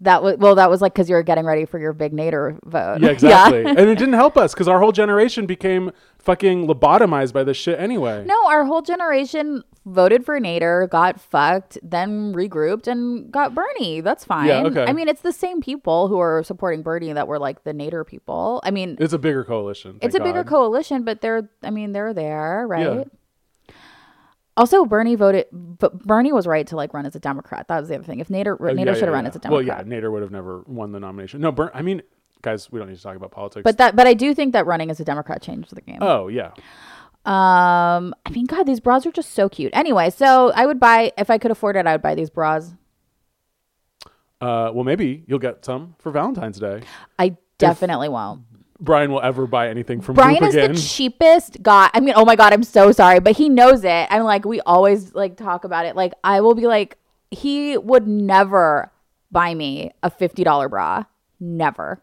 C: That was well. That was like because you were getting ready for your big Nader vote.
B: Yeah, exactly. and it didn't help us because our whole generation became fucking lobotomized by this shit anyway.
C: no, our whole generation voted for Nader, got fucked, then regrouped and got Bernie. That's fine.
B: Yeah, okay.
C: I mean, it's the same people who are supporting Bernie that were like the Nader people. I mean,
B: It's a bigger coalition. thank
C: it's a bigger
B: God.
C: coalition, but they're. I mean, they're there, right?
B: Yeah.
C: Also, Bernie voted, but Bernie was right to like run as a Democrat. That was the other thing. If Nader,
B: Uh,
C: Nader
B: yeah,
C: should
B: yeah,
C: have run
B: yeah.
C: as a Democrat.
B: Well, yeah, Nader would have never won the nomination. No, Bern- I mean, guys, we don't need to talk about politics.
C: But that, but I do think that running as a Democrat changed the game.
B: oh yeah,
C: Um, I mean, God, these bras are just so cute. Anyway, so I would buy if I could afford it. I would buy these bras.
B: uh, well maybe you'll get some for Valentine's Day.
C: I definitely won't.
B: Brian will ever buy anything from
C: Brian
B: Goop
C: is
B: again.
C: the cheapest guy. I mean, oh my God, I'm so sorry, but he knows it. I'm like, we always like talk about it. Like, I will be like, he would never buy me a fifty dollar bra. Never.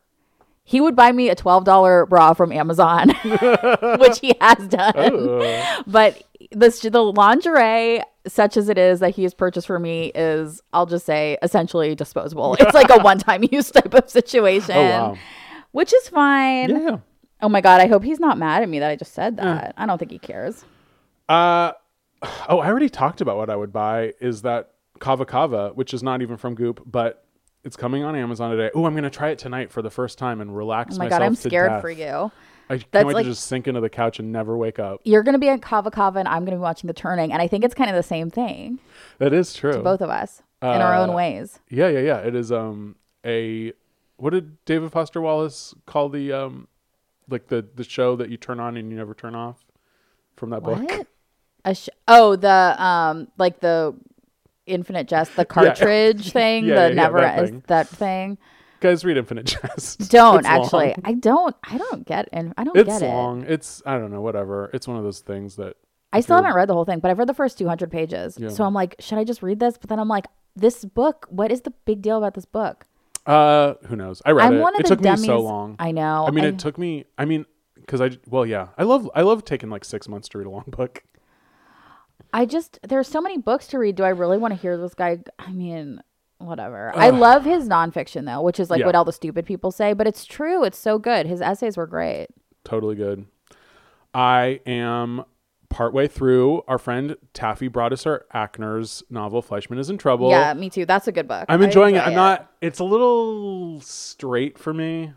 C: He would buy me a twelve dollar bra from Amazon, which he has done.
B: Oh.
C: But this the lingerie, such as it is that he has purchased for me, is I'll just say essentially disposable. It's like a one time use type of situation,
B: oh wow,
C: which is fine.
B: yeah.
C: Oh my god, I hope he's not mad at me that I just said that. I don't think he cares.
B: Uh, oh, I already talked about what I would buy is that Kava Kava, which is not even from Goop, but it's coming on Amazon today. Oh, I'm going to try it tonight for the first time and relax
C: Oh my
B: myself.
C: god, I'm
B: to
C: scared
B: death.
C: for you.
B: I can't
C: That's
B: wait
C: like-
B: to just sink into the couch and never wake up.
C: You're gonna be at Kava Kava and I'm gonna be watching The Turning, and I think it's kind of the same thing
B: That is true.
C: to both of us in our own
B: Uh,
C: ways.
B: Yeah, yeah, yeah. It is um a what did David Foster Wallace call the um like the the show that you turn on and you never turn off from that book?
C: What? A sh- oh, the um, like the infinite jest, the cartridge thing,
B: Yeah,
C: the
B: yeah, yeah,
C: never
B: that
C: is-
B: thing.
C: that thing.
B: Guys, read Infinite Jest.
C: Don't
B: It's long.
C: actually. I don't. I don't get. And I don't
B: It's
C: get it.
B: long. It's I don't know, whatever. It's one of those things that
C: I still haven't read the whole thing, but I've read the first 200 pages. So I'm like, should I just read this? But then I'm like, this book, what is the big deal about this book?
B: Uh, who knows? I read
C: I'm
B: it.
C: one of
B: it
C: the
B: took
C: dummies.
B: me so long.
C: I know.
B: I mean,
C: I-
B: it took me. I mean, because I well, yeah. I love I love taking like six months to read a long book.
C: I just, there's so many books to read. Do I really want to hear this guy? I mean, whatever. I love his nonfiction, though, which is like
B: Yeah.
C: what all the stupid people say, but it's true. It's so good. His essays were great.
B: Totally good. I am partway through. Our friend Taffy brought us our Ackner's novel. Fleischman is in trouble.
C: yeah, me too. That's a good book.
B: I'm
C: I
B: enjoying it.
C: enjoy
B: I'm not. It's a little straight for me.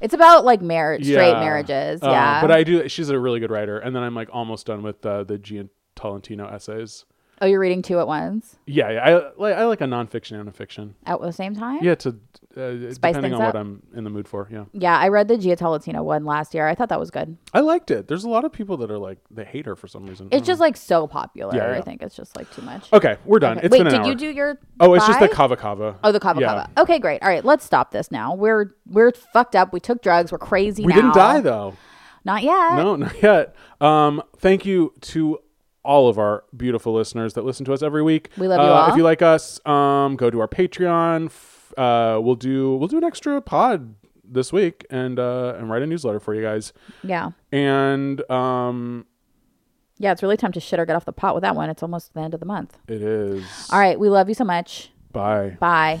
C: It's about like marriage, straight
B: Yeah.
C: marriages.
B: Uh,
C: yeah.
B: But I do. She's a really good writer. And then I'm like almost done with uh, the Gian Tolentino essays.
C: oh, you're reading two at once
B: Yeah, yeah. I like I like a nonfiction and a fiction.
C: at the same time?
B: Yeah, to uh, depending
C: things
B: on what
C: up?
B: I'm in the mood for. Yeah,
C: Yeah, I read the Giatta Latina one last year. I thought that was good.
B: I liked it. There's a lot of people that are like they hate her for some reason. I
C: It's
B: don't
C: just like so popular.
B: Mm. Yeah, yeah.
C: I think it's just like too much.
B: know. okay. We're done. It's
C: Wait,
B: been an
C: did
B: hour.
C: you do your?
B: Oh, it's just the
C: buy?
B: kava kava.
C: Oh, the kava
B: Yeah.
C: kava. Okay, great. All right, let's stop this now. We're we're fucked up. We took drugs. We're crazy.
B: We
C: now.
B: didn't die though.
C: Not yet.
B: No, not yet. Um, thank you to all of our beautiful listeners that listen to us every week.
C: We love you
B: uh, If
C: all.
B: you like us, um, go to our Patreon. F- Uh, we'll do we'll do an extra pod this week and uh, and write a newsletter for you guys.
C: Yeah,
B: And um,
C: yeah. It's really time to shit or get off the pot with that one. It's almost the end of the month.
B: it is.
C: All right, we love you so much.
B: Bye.
C: Bye.